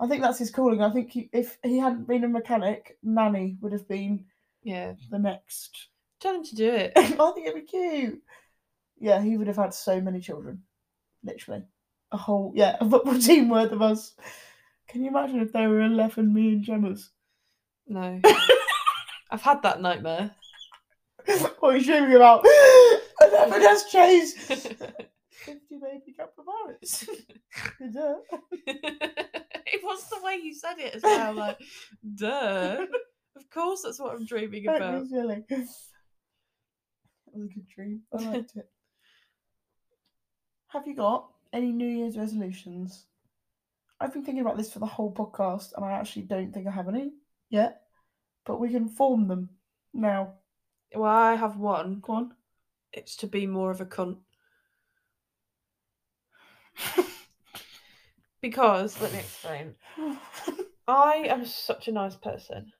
I think that's his calling. I think he, if he hadn't been a mechanic, nanny would have been
yeah,
the next. [LAUGHS]
tell him to do it.
I think it'd be cute. Yeah, he would have had so many children. Literally. A whole, yeah, a football [LAUGHS] team worth of us. Can you imagine if there were 11 me and Gemma's? [LAUGHS]
No, I've had that nightmare. [LAUGHS]
what are you dreaming about? [GASPS] Eleven has changed. 50 baby couple parents. yeah.
it was the way you said it as well. Like, duh. Of course, that's what I'm dreaming
That
about.
was really- that was a good dream. I
[LAUGHS]
liked it. Have you got any New Year's resolutions? I've been thinking about this for the whole podcast, and I actually don't think I have any yet. But we can form them now.
Well, I have one.
Go on.
It's to be more of a cunt. because let me explain. I am such a nice person.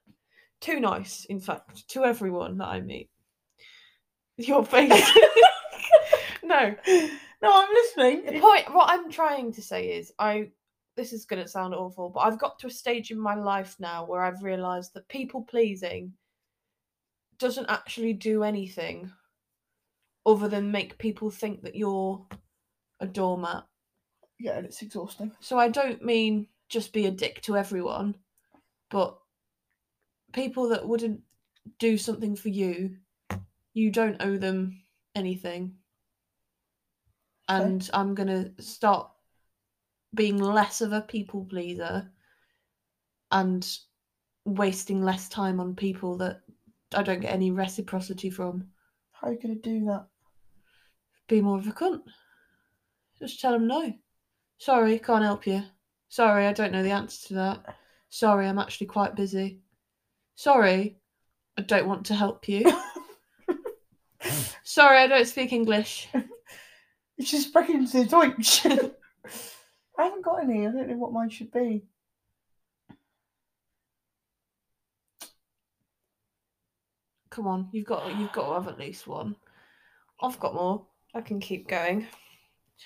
Too nice, in fact, to everyone that I meet. Your face. [LAUGHS] [LAUGHS] no.
No, I'm [LAUGHS] listening.
The point what I'm trying to say is I this is gonna sound awful, but I've got to a stage in my life now where I've realised that people pleasing doesn't actually do anything other than make people think that you're a doormat.
Yeah, and it's exhausting.
So I don't mean just be a dick to everyone, but people that wouldn't do something for you, you don't owe them anything.
Okay.
And I'm going to start being less of a people pleaser and wasting less time on people that I don't get any reciprocity from.
How are you gonna do that?
Be more of a cunt. Just tell them no. Sorry, can't help you. Sorry, I don't know the answer to that. Sorry, I'm actually quite busy. Sorry, I don't want to help [LAUGHS] you. Sorry, I don't speak English.
It's just breaking into the Deutsch. [LAUGHS] I haven't got any. I don't know what mine should be.
Come on, you've got you've got to have at least one. I've got more. I can keep going.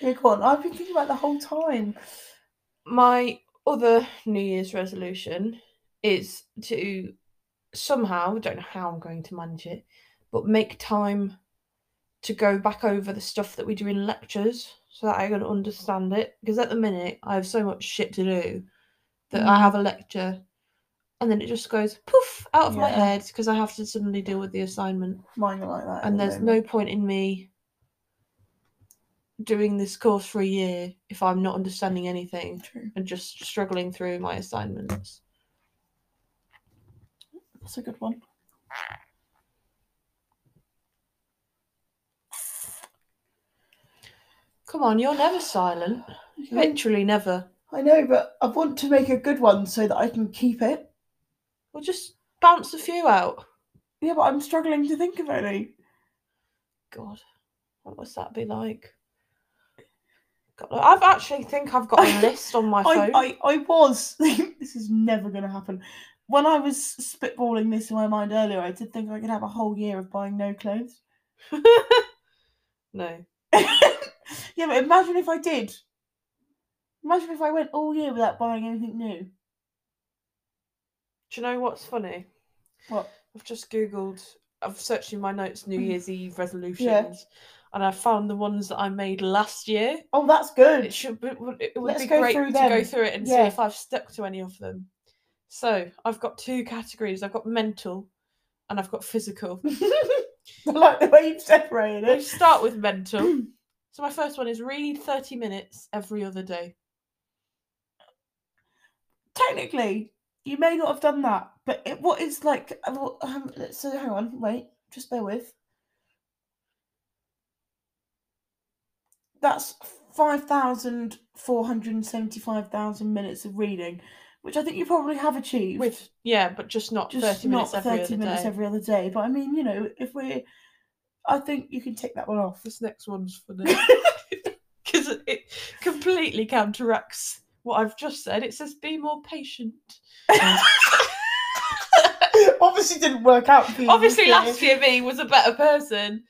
Yeah, go on. I've been thinking about it the whole time.
my other New Year's resolution is to somehow, don't know how I'm going to manage it, but make time to go back over the stuff that we do in lectures so that I can understand it. Because at the minute, I have so much shit to do that I
Mm.
have a lecture and then it just goes poof out of my
Yeah.
head because I have to suddenly deal with the assignment
Mine are like that. at
and
the
there's
moment.
no point in me doing this course for a year if I'm not understanding anything
True.
and just struggling through my assignments.
That's a good one.
Come on, you're never silent. Literally never.
I know, but I want to make a good one so that I can keep it.
Well, just bounce a few out.
Yeah, but I'm struggling to think of any.
God, what must that be like? God, I've actually think
[LAUGHS]
I've got a list on my phone.
I, I, I was. [LAUGHS] this is never going to happen. When I was spitballing this in my mind earlier, I did think I could have a whole year of buying no clothes. [LAUGHS]
no.
yeah, but imagine if I did. Imagine if I went all year without buying anything new.
Do you know what's funny?
What?
I've just googled. I've searched in my notes New
Mm.
Year's Eve resolutions, and I found the ones that I made last year.
Oh, that's good.
It should. be- It would, it would
Let's
be
go
great
through
to
them.
go through it and see
Yeah.
if I've stuck to any of them. So I've got two categories. I've got mental, and I've got physical.
[LAUGHS] I like the way you've separated
Let's
it.
start
[CLEARS THROAT]
with mental. So my first one is read thirty minutes every other day.
Technically, you may not have done that, but it, what is like. uh, well, Um, let's- so hang on, wait, just bear with. That's 5,475,000 minutes of reading, which I think you probably have achieved.
With yeah, but just not
just
thirty
not
minutes every
30
other
minutes
day.
every other day. But I mean, you know, if we're, I think you can take that one
[LAUGHS]
off.
[LAUGHS] This next one's funny
[LAUGHS]
[LAUGHS] because it, it completely counteracts what I've just said. It says be more patient.
Obviously, didn't work out for you.
Obviously,
did
last
it?
year me was a better person.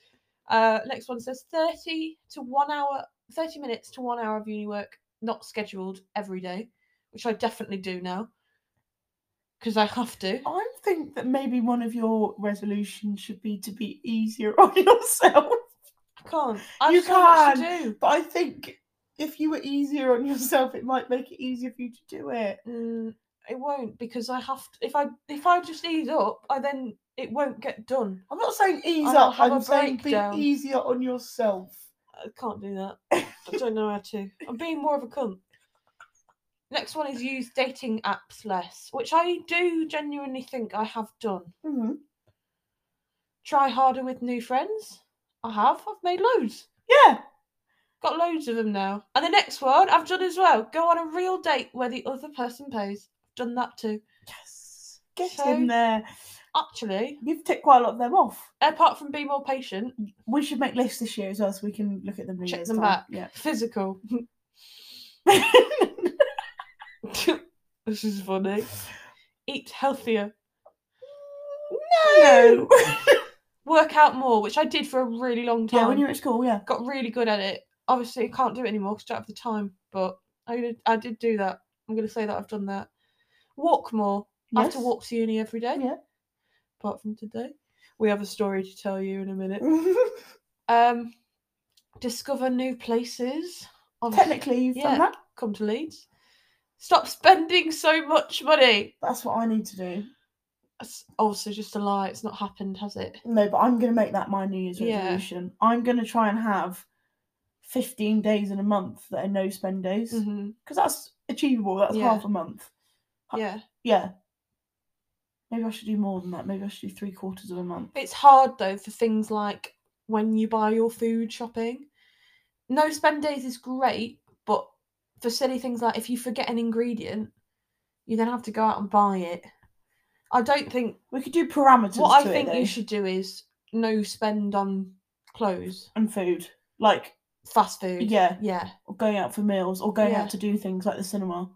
Uh, next one says 30 to one hour, 30 minutes to one hour of uni work, not scheduled every day, which I definitely do now because I have to.
I think that maybe one of your resolutions should be to be easier [LAUGHS] on yourself.
I can't. I
You
have so much to do.
But I think if you were easier on yourself, it might make it easier for you to do it.
Mm, it won't because I have to. If I if I just ease up, I then it won't get done.
I'm not saying ease
I'll
up.
have
I'm
a
saying be
breakdown.
easier on yourself.
I can't do that. I don't know how to. I'm being more of a cunt. Next one is use dating apps less, which I do genuinely think I have done.
hmm
try harder with new friends. I have. I've made loads.
Yeah,
Got loads of them now. And the next one I've done as well. Go on a real date where the other person pays. I've done that too.
Yes. Get
So-
in there.
Actually,
You've ticked quite a lot of them off.
apart from be more patient,
We should make lists this year as well so we can look at them. New
Check
Year's
them
time.
back.
Yeah. [LAUGHS]
physical. [LAUGHS] this is funny. Eat healthier.
no.
Work out more, which I did for a really long time.
yeah, when you're at school,
[LAUGHS]
yeah.
got really good at it. Obviously, I can't do it anymore because I don't have the time. But I did, I did do that. I'm going to say that I've done that. Walk more. I have to
Yes.
walk to uni every day.
Yeah.
Apart from today, we have a story to tell you in a minute. Um, discover new places. Obviously,
Technically, you've
Yeah.
done that.
come to Leeds. Stop spending so much money.
That's what I need to do.
That's also just a lie. It's not happened, has it?
No, but I'm going to make that my New Year's
Yeah.
resolution. I'm going to try and have 15 days in a month that are no spend days because
hmm
that's achievable. That's
Yeah.
half a month. Huh.
Yeah.
Yeah. Maybe I should do more than that. Maybe I should do three quarters of a month.
It's hard though for things like when you buy your food shopping. No spend days is great, but for silly things like if you forget an ingredient, you then have to go out and buy it. I don't think
We could do parameters.
what I
to it,
think
though,
you should do is no spend on clothes,
and food, like
fast food.
yeah,
Yeah.
or going out for meals, or going
Yeah.
out to do things like the cinema.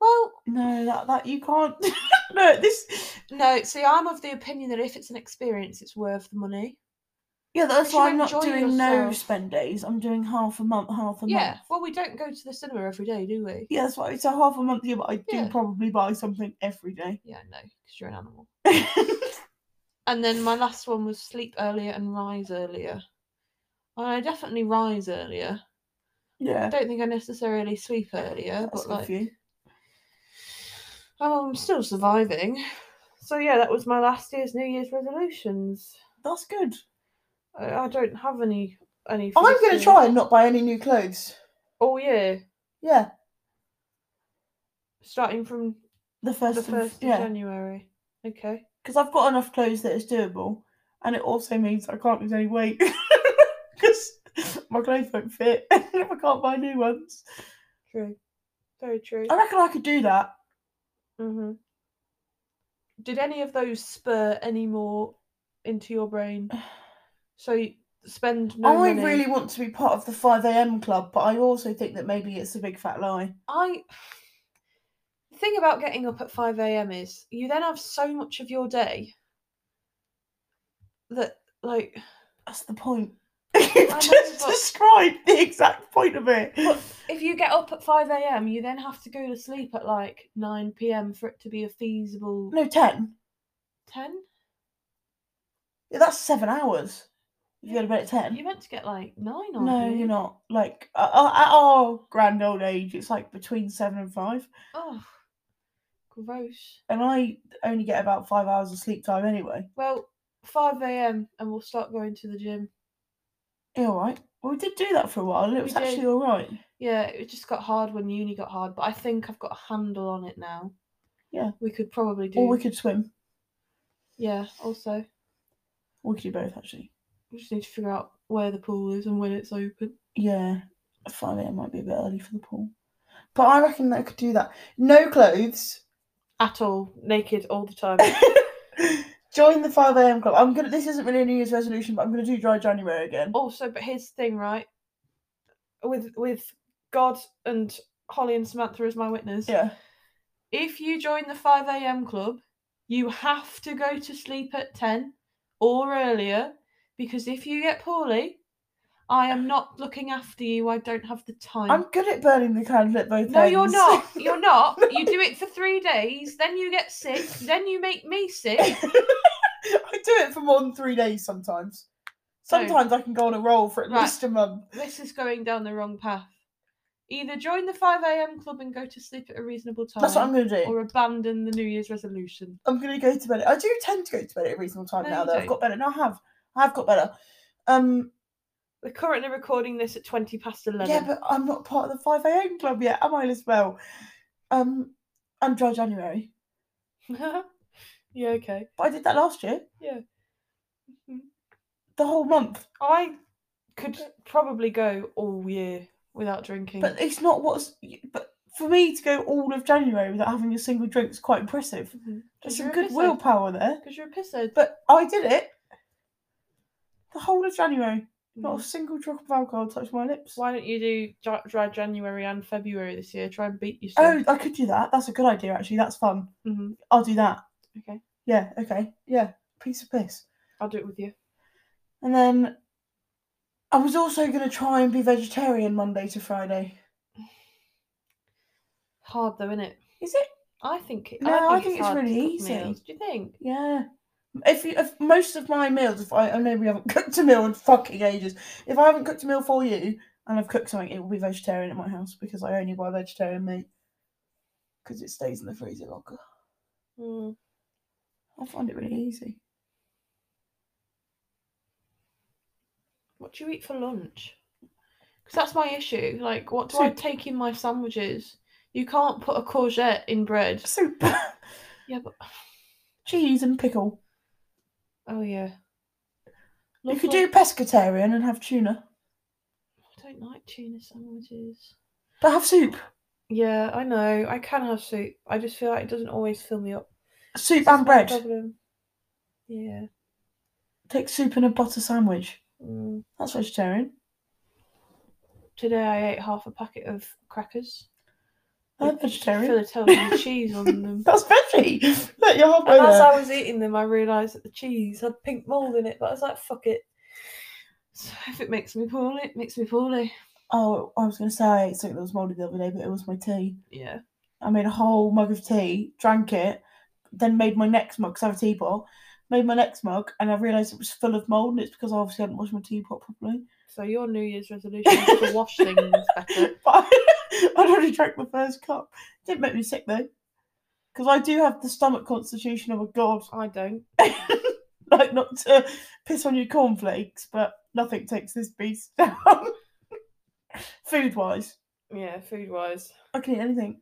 Well,
No, that that you can't. [LAUGHS] no, this.
no, see I'm of the opinion that if it's an experience it's worth the money.
Yeah, that's
should
why I'm not
enjoy
doing no
yourself.
spend days. I'm doing half a month, half a
yeah.
month.
Well we don't go to the cinema every day, do we?
Yeah, that's why it's a half a month here, but I do
Yeah.
probably buy something every day. [LAUGHS]
Yeah, no, because you're an animal. And then my last one was sleep earlier and rise earlier. I definitely rise earlier. I
yeah,
don't think I necessarily sleep earlier,
that's
but
good
like,
for you.
oh, I'm still surviving. So yeah, that was my last year's New Year's resolutions.
That's good.
I, I don't have any any. for
I'm
this
gonna
year.
try and not buy any new clothes.
all year,
Yeah,
starting from
the first,
the
of,
first of
yeah,
January. Okay.
because I've got enough clothes that it's doable, and it also means I can't lose any weight [LAUGHS] because my clothes don't fit, [LAUGHS] and I can't buy new ones.
True. Very true.
I reckon I could do that. Mm-hmm.
hmm Did any of those spur any more into your brain? So you spend no
I
money.
really want to be part of the 5 a.m. club, but I also think that maybe it's a big fat lie.
I the thing about getting up at five a.m. is you then have so much of your day that like
That's the [LAUGHS] point. You've
know,
just
but-
described the exact point of it.
But- if you get up at five a.m. you then have to go to sleep at like nine p.m. for it to be a feasible
No, 10.
ten.
Yeah, that's seven hours. If you go to bed at 10.
You're meant to get like nine. aren't
no,
you?
you're not. Like, uh, uh, at our grand old age, it's like between seven and five.
Oh, gross.
And I only get about five hours of sleep time anyway.
Well, five a.m. and we'll start going to the gym.
Yeah, all right. Well, we did do that for a while, and it was
did.
actually all right.
Yeah, it just got hard when uni got hard, but I think I've got a handle on it now.
Yeah.
we could probably do.
Or we could swim.
Yeah, also.
We could do both, actually.
We just need to figure out where the pool is and when it's open.
Yeah, five a.m. might be a bit early for the pool, but I reckon they could do that. No clothes.
At all. Naked all
[COUGHS]
the time.
[LAUGHS] Join the five a.m. club. I'm gonna. This isn't really a New Year's resolution, but I'm gonna do dry January again.
also, but here's the thing, right? With with God and Holly and Samantha as my witness.
Yeah,
If you join the 5 a.m. club, you have to go to sleep at 10 or earlier because if you get poorly, I am not looking after you. I don't have the time.
I'm good at burning the candle at both.
No, you're
ends. [LAUGHS]
not. [LAUGHS] You're not. You do it for three days, then you get sick, then you make me [LAUGHS] sick.
I do it for more than three days sometimes.
No.
Sometimes I can go on a roll for at
Oh. Right.
least a month.
This is going down the wrong path. Either join the 5 a.m. club and go to sleep at a reasonable time,
That's what I'm gonna do.
or abandon the New Year's resolution.
I'm gonna go to bed. I do tend to go to bed at a reasonable time
No,
now,
you
though.
don't.
I've got better. No, I have. I have got better. Um,
We're currently recording this at 20 past 11.
Yeah, but I'm not part of the 5 a.m. club yet, am I, Lisbel? Um, and dry January.
[LAUGHS] yeah, okay.
But I did that last year.
Yeah. Mhm.
The whole month.
I could probably go all year without drinking.
But it's not what's. But for me to go all of January without having a single drink is quite impressive. There's some good willpower there.
Because you're a pisshead.
But I did it. The whole of January, not a
Mm.
single drop of alcohol touched my lips.
Why don't you do Ja- dry January and February this year? Try and beat
Oh,
yourself.
I could do that. That's a good idea, actually. That's fun.
Mhm.
I'll do that.
Okay,
Yeah, okay. Yeah, piece of piss.
I'll do it with you.
And then I was also going to try and be vegetarian Monday to Friday.
Hard though, innit?
Is it?
I think. it-
No, I
think
think it's
hard to
really
cook
easy.
meals. Do you think?
Yeah. If, you, if most of my meals, if I, I know we haven't [LAUGHS] cooked a meal in fucking ages, if I haven't cooked a meal for you and I've cooked something, it will be vegetarian at my house because I only buy vegetarian meat because it stays in the freezer longer.
Mm.
I find it really easy.
What do you eat for lunch? Because that's my issue. Like, what do I
Soup.
take in my sandwiches? You can't put a courgette in bread.
Soup, [LAUGHS]
Yeah, but
cheese, and pickle.
oh yeah.
You could do pescatarian and have tuna,
I don't like tuna sandwiches.
but have soup.
Yeah, I know. I can have soup. I just feel like it doesn't always fill me up.
Soup
That's
and
my
bread.
Problem. Yeah.
Take soup and a butter sandwich.
Mm.
That's vegetarian.
Today I ate half a packet of crackers.
That's
with
vegetarian. [LAUGHS]
Philadelphia cheese on them.
That's veggie. [LAUGHS] Look, you're halfway
And as
there.
I was eating them, I realised that the cheese had pink mould in it, but I was like, fuck it. So if it makes me poorly, it makes me poorly.
Oh, I was going to say I ate something that was mouldy the other day, but it was my tea.
Yeah.
I made a whole mug of tea, drank it, then made my next mug, 'cause I have a teapot, made my next mug, and I realised it was full of mould, and it's because I obviously hadn't washed my teapot properly.
So your New Year's resolution is to
[LAUGHS]
wash things better.
but [LAUGHS] I, I'd already drank my first cup. didn't make me sick, though, because I do have the stomach constitution of a god. [LAUGHS]
I don't.
like not to piss on your cornflakes, but nothing takes this beast [LAUGHS] down. Food wise,
Yeah, food [LAUGHS] wise.
I can eat anything.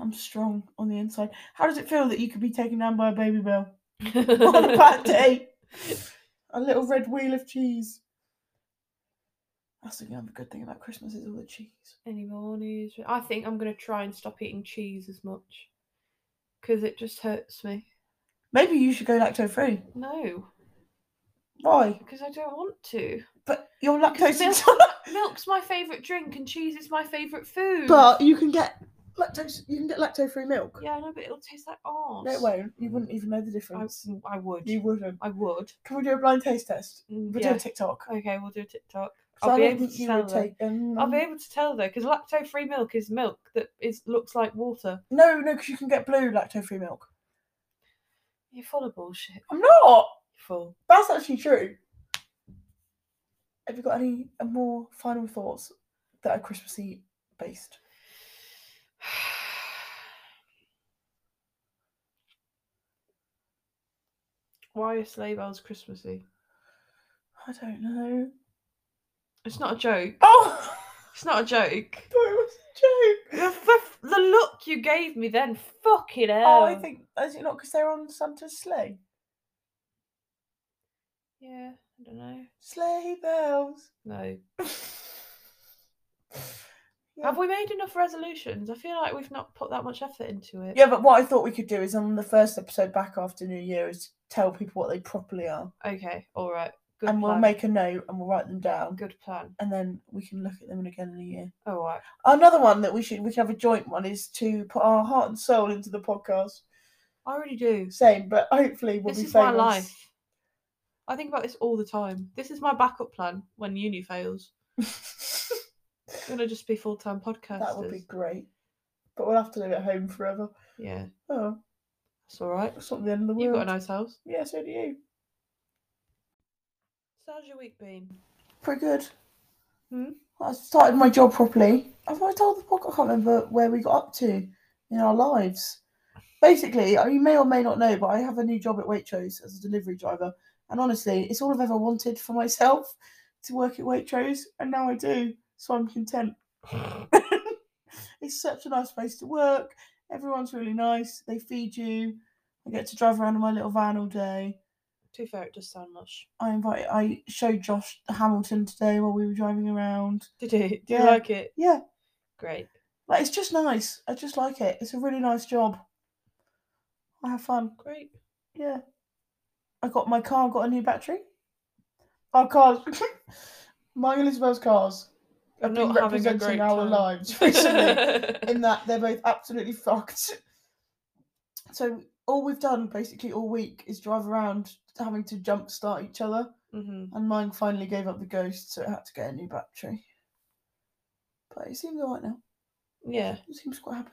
I'm strong on the inside. How does it feel that you could be taken down by a baby bell [LAUGHS] on a
[LAUGHS]
bad day? A little red wheel of cheese. That's the other good thing about Christmas is all the cheese.
Any more news? I think I'm going to try and stop eating cheese as much because it just hurts me.
Maybe you should go lacto free.
No,
Why?
because I don't want to.
But you're
Because
lactose
milk- [LAUGHS]
intolerant.
Milk's my favourite drink and cheese is my favourite food.
But you can get lactose. You can get lacto free milk.
Yeah, I know, but it'll taste like arse.
No, it won't. You wouldn't even know the
I,
difference.
I would.
You wouldn't.
I would.
Can we do a blind taste test?
Mm,
We'll
yeah.
do a TikTok.
Okay, we'll do a TikTok.
'Cause I
I'll be
don't
able
think
to
you
tell
would
though.
take um, them.
I'll be able to tell though, because lacto-free milk is milk that is looks like water.
No, no, because you can get blue lacto-free milk.
You're full of bullshit. You're
I'm not.
full.
That's actually true. Have you got any more final thoughts that are Christmassy based?
[SIGHS] Why are sleigh bells Christmassy?
I don't know.
It's not a joke.
[LAUGHS] Oh,
It's not
[LAUGHS]
a joke.
I thought it was a
The,
joke.
the- the look you gave me then, fucking hell.
Oh, I think is it not because they're on Santa's sleigh?
Yeah, I don't know.
Sleigh bells. [LAUGHS]
No.
Yeah.
Have we made enough resolutions? I feel like we've not put that much effort into it.
Yeah, but what I thought we could do is on the first episode back after New Year is tell people what they properly are.
Okay, all right. Good
and
plan.
we'll make a note and we'll write them down.
Good plan.
And then we can look at them again in a year.
All right.
Another one that we should we can have a joint one is to put our heart and soul into the podcast.
I already do.
Same, but hopefully we'll
This
be
is my
famous.
life. I think about this all the time. This is my backup plan when uni fails. We're gonna just be full time podcasters.
[LAUGHS] that would be great. But we'll have to live at home forever.
Yeah,
Oh,
that's all right.
that's not the end of the
You've
world.
got a nice house.
Yeah, so do you.
So how's your week been?
Pretty good.
Hmm?
I started my job properly. Have I told the podcast? I can't remember where we got up to in our lives. Basically, I- you may or may not know, but I have a new job at Waitrose as a delivery driver. And honestly, it's all I've ever wanted for myself to work at Waitrose. And now I do. So I'm content. it's such a nice place to work. Everyone's really nice. They feed you. I get to drive around in my little van all day.
To be fair, it does sound much. [LAUGHS]
I invited. I showed Josh Hamilton today while we were driving around.
Did you? Do
Yeah.
you like it?
Yeah,
Great.
like it's just nice. I just like it. It's a really nice job. I have fun.
Great.
Yeah. I got my car. Got a new battery. Our cars. [LAUGHS] my and Isabel's cars have
I'm
been
not having a
representing
great
our
time. [LAUGHS]
lives recently. in that they're both absolutely fucked. So all we've done basically all week is drive around having to jump start each other,
Mhm.
and mine finally gave up the ghost, so it had to get a new battery. But it seems alright now.
Yeah.
It seems quite happy.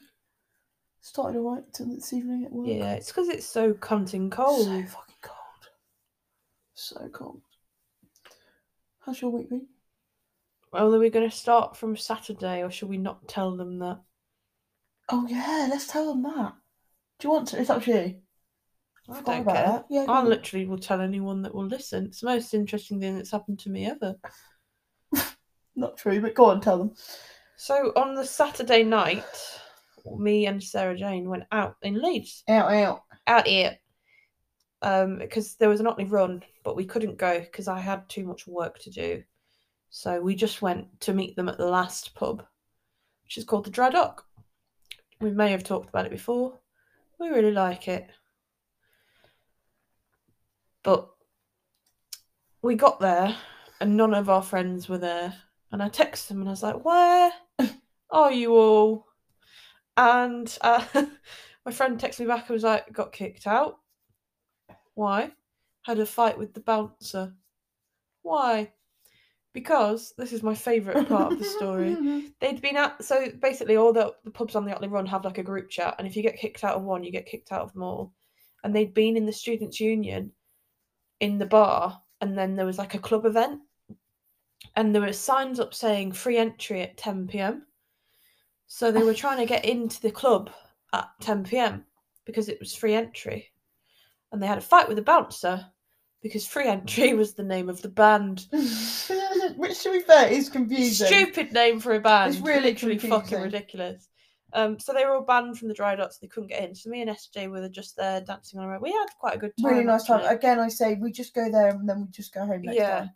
Started alright till this evening at work. Oh,
Yeah. It's because it's so cunting
so
cold.
fucking cold. So cold. How's your week been?
Well, are we going to start from Saturday or should we not tell them that?
Oh yeah, let's tell them that. Do you want to? It's up to you.
I
Forgot
don't
about
care.
that. Yeah, go
I
on.
literally will tell anyone that will listen. It's the most interesting thing that's happened to me ever.
not true, but go on, tell them.
So on the Saturday night, me and Sarah Jane went out in Leeds.
Out, out.
Out here. Um, because there was an Otley run, but we couldn't go because I had too much work to do. So we just went to meet them at the last pub, which is called the Dry Dock. We may have talked about it before. We really like it. But we got there and none of our friends were there. And I texted them and I was like, Where are you all? And uh, [LAUGHS] my friend texted me back and was like, Got kicked out. Why? Had a fight with the bouncer. Why? Because this is my favourite part of the
[LAUGHS]
story [LAUGHS] they'd been at so basically all the, the pubs on the Otley Run have like a group chat, and if you get kicked out of one, you get kicked out of them all. And they'd been in the students' union in the bar, and then there was like a club event, and there were signs up saying free entry at 10 p.m. So they were trying to get into the club at 10 p.m. because it was free entry, and they had a fight with the bouncer because free entry [LAUGHS] was the name of the band.
Which, to be fair, is confusing.
Stupid name for a band.
It's really
literally
confusing.
fucking ridiculous. Um, so they were all banned from the dry dots. They couldn't get in. So me and SJ were just there dancing on our own. We had quite a good time.
Really nice time.
actually.
Again, I say we just go there and then we just go home next
Yeah.
time.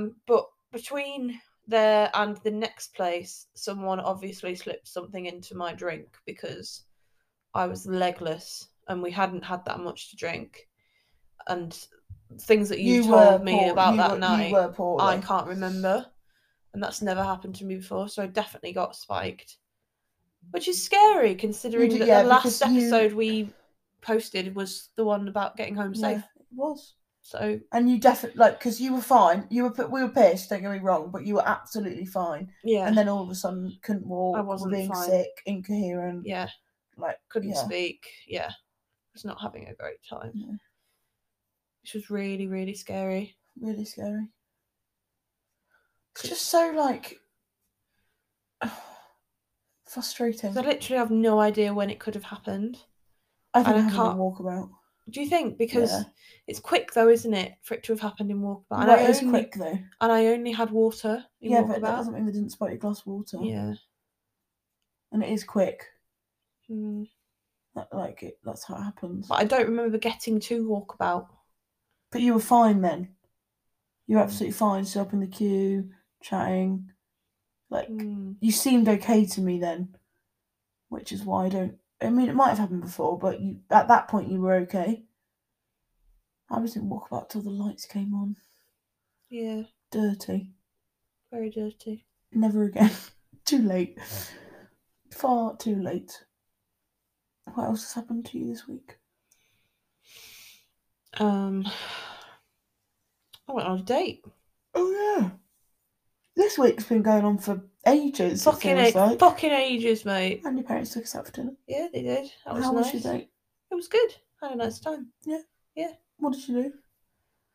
Um, but between there and the next place, someone obviously slipped something into my drink because I was legless and we hadn't had that much to drink. And things that you, told me
poor-
about
you
that
were-
night.
You were poor.
I can't remember. And that's never happened to me before, so I definitely got spiked. Which is scary considering
did-
that
yeah,
the
because
last
you-
episode we posted was the one about getting home
Yeah,
safe.
it was.
So
And you definitely like because you were fine. You were p- we were pissed. Don't get me wrong, but you were absolutely fine.
yeah.
And then all of a sudden, couldn't walk. were
wasn't
being
fine.
sick, incoherent.
yeah.
Like
Couldn't
yeah.
speak. Yeah. Was not having a great time.
No.
Which was really, really scary.
really scary. It's just so like [SIGHS] frustrating.
So I literally have no idea when it could have happened.
I think
I
I have a
can't-
walkabout.
Do you think? Because
Yeah.
it's quick though, isn't it, for it to have happened in Walkabout? And
Well,
I
it is
only-
quick though.
And I only had water in
Yeah, but that
Walkabout.
doesn't mean they didn't spike your glass of water.
yeah.
And it is quick.
Mm.
That, like it, that's how it happens.
but I don't remember getting to walkabout.
But you were fine then. You were absolutely fine. Sit up in the queue, chatting. Like
Mm.
you seemed okay to me then, which is why I don't. I mean, it might have happened before, but you at that point you were okay. I was in walkabout till the lights came on.
Yeah,
Dirty.
very dirty.
Never again. [LAUGHS] too late. Far too late. What else has happened to you this week?
Um, I went on a date.
Oh yeah. This week's been going on for ages. it
Fucking,
feels
a-
like.
fucking ages, mate.
And your parents took us out for dinner.
Yeah, they did. That was
How
nice.
was your date?
It was good. Had a nice time.
What did you do?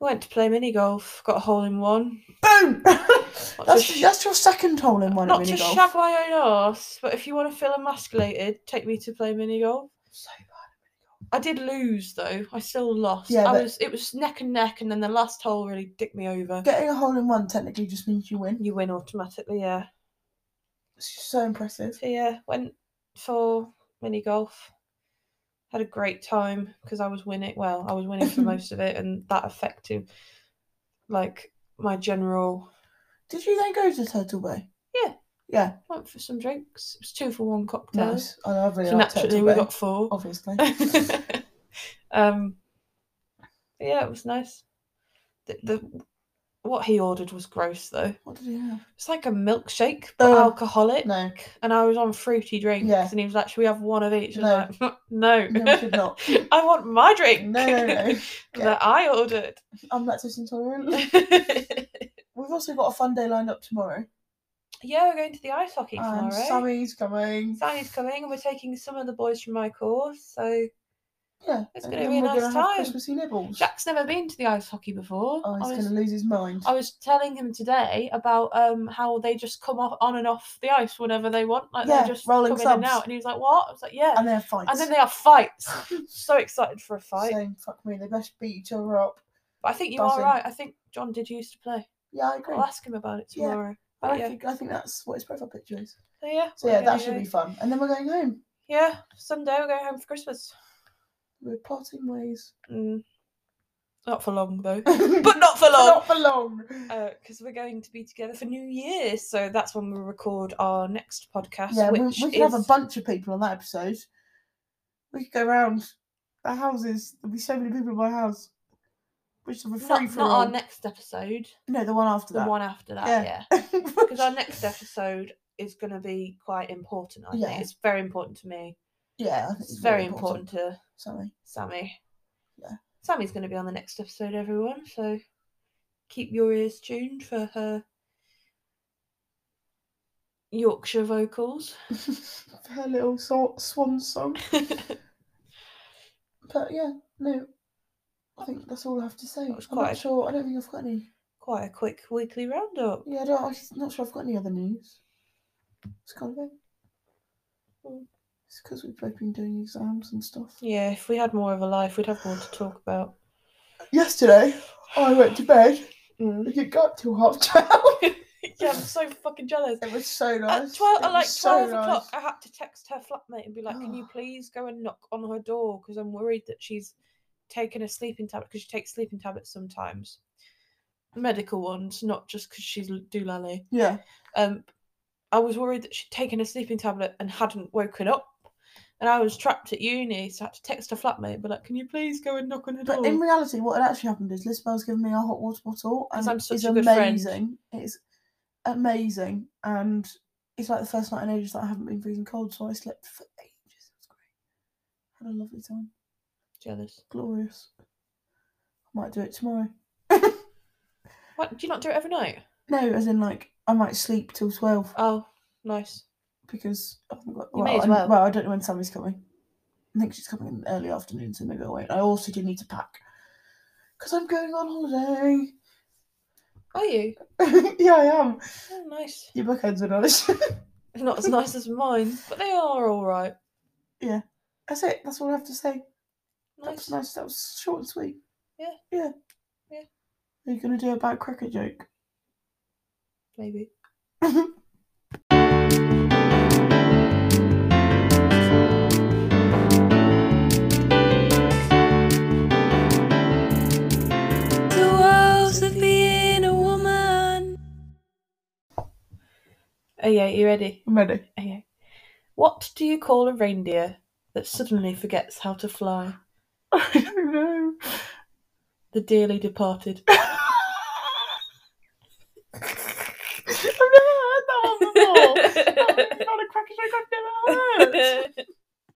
Went to play mini golf. Got a hole in one.
Boom! [LAUGHS] that's,
sh-
that's your second hole in one
Not
at
to
mini golf.
shag my own ass, but if you want to feel emasculated, take me to play mini golf.
So
I did lose though. I still lost.
Yeah,
I
but-
was. It was neck and neck, and then the last hole really dicked me over.
bad. Getting a hole in one technically just means you win.
You win automatically. Yeah.
It's just so impressive.
So yeah, went for mini golf. Had a great time because I was winning. Well, I was winning
[LAUGHS]
for most of it, and that affected like my general.
Did you then go to Turtle Bay?
Yeah.
Yeah.
Went for some drinks. It was two for one
Nice.
cocktails.
I love really
so
like
naturally,
Turtle
we
Bay.
got four. [LAUGHS]
obviously.
um, but yeah, it was nice. The, the what he ordered was gross though.
what did you have?
It's like a milkshake, but
Ugh,
alcoholic.
Oh, No.
And I was on fruity drinks,
Yeah.
and he was like, "Should we have one of each?" I was like, [LAUGHS]
No,
"No,
we should
[LAUGHS]
not.
I want my drink
No, no, no.
[LAUGHS] that I ordered."
I'm lactose
[LAUGHS]
intolerant. We've also got a fun day lined up tomorrow.
yeah, we're going to the ice hockey tomorrow.
And Sammy's coming.
Sammy's coming, and we're taking some of the boys from my course. So
Yeah.
It's
and
gonna
then
be a
we're
nice
gonna
time.
Have Christmassy nibbles.
Jack's never been to the ice hockey before.
Oh,
I
he's
was-
gonna lose his mind.
I was telling him today about um how they just come off on and off the ice whenever they want, like
Yeah,
they just
rolling
come in and
subs.
out. And he was like, "What?" I was like, "Yeah."
and they're fights.
And then they have fights.
[LAUGHS]
so excited for a fight.
Saying, fuck me, they best beat each other up.
but I think you
buzzing.
are right. I think John did used to play.
Yeah, I agree.
I'll ask him about it
Yeah.
tomorrow.
I,
But yeah,
think, I think that's what his profile picture is.
so yeah,
So
we're
yeah,
gonna
that should
go-
be fun. And then we're going home.
Yeah, Sunday we're going home for Christmas.
We're parting ways.
Mm. Not for long
[LAUGHS]
though.
but
[LAUGHS] but not for long.
not for long.
because we're going to be together for New Year, so that's when we record our next podcast.
yeah, we, we
which
could
is...
have a bunch of people on that episode. We could go round the houses. There'll be so many people in my house. Which will be free
not,
for
not
all.
our next episode,
No, the one after
the
that. [LAUGHS]
one after that,
Yeah.
yeah. Because
Because
our next episode is going to be quite important, I
Yeah.
think. It's very important to me.
Yeah, I think
It's very important, to [LAUGHS]
Sorry. [LAUGHS]
Sammy.
Yeah.
Sammy's going to be on the next episode, everyone, so keep your ears tuned for her Yorkshire vocals.
Her little so- swan song.
that
But yeah, no. I think that's all I have to say.
That was
I'm
quite
not
a-
sure. I don't think I've got any.
quite a quick weekly roundup.
Yeah, I don't, I'm not sure I've got any other news. It's kind of it. It's because we've both been doing exams and stuff.
Yeah, if we had more of a life, we'd have more to talk about.
Yesterday, I went to bed. We didn't go up till half twelve.
[LAUGHS]
[LAUGHS]
Yeah, I'm so fucking jealous.
It was so
At
nice.
twelve,
It
at like
was so
twelve o'clock,
nice.
I had to text her flatmate and be like, "Can
[GASPS]
you
Oh.
please go and knock on her door? Because I'm worried that she's taken a sleeping tablet. Because she takes sleeping tablets sometimes, medical ones, not just because she's l- doolally.
Yeah.
Um, I was worried that she'd taken a sleeping tablet and hadn't woken up, and I was trapped at uni, so I had to text her flatmate and be like, "Can you please go and knock on her
But
door?"
in reality, what had actually happened is Liz Bell's given me a hot water bottle,
'Cause
and
I'm
it's
such a good friend.
amazing. It's amazing, and it's like the first night in ages that I haven't been freezing cold, so I slept for ages. It was great. Had a lovely time.
jealous.
Glorious. I might do it tomorrow.
What? Do you not do it every night?
No, as in like I might sleep till twelve
Oh, nice.
because I haven't got. Well,
You may as
I,
well.
well, I don't know when Sammy's coming. I think she's coming in the early afternoon, so maybe I'll wait. I also do need to pack because I'm going on holiday. [LAUGHS]
Are you?
yeah, I am.
Oh, nice.
Your bookends are nice.
Not as nice as mine, but they are all right.
[LAUGHS] That's it. That's all I have to say. That
Nice.
was nice. That was short and sweet.
Yeah.
Yeah.
Yeah.
Are you going to do a bad cricket joke? [LAUGHS]
Maybe.
The woes of being a woman.
Oh yeah, you ready?
I'm ready.
Okay. What do you call a reindeer that suddenly forgets how to fly?
I don't [LAUGHS] know.
The dearly [LAUGHS] departed.
I've never heard that one before. That's not a cracker joke I've never heard.
[LAUGHS] That's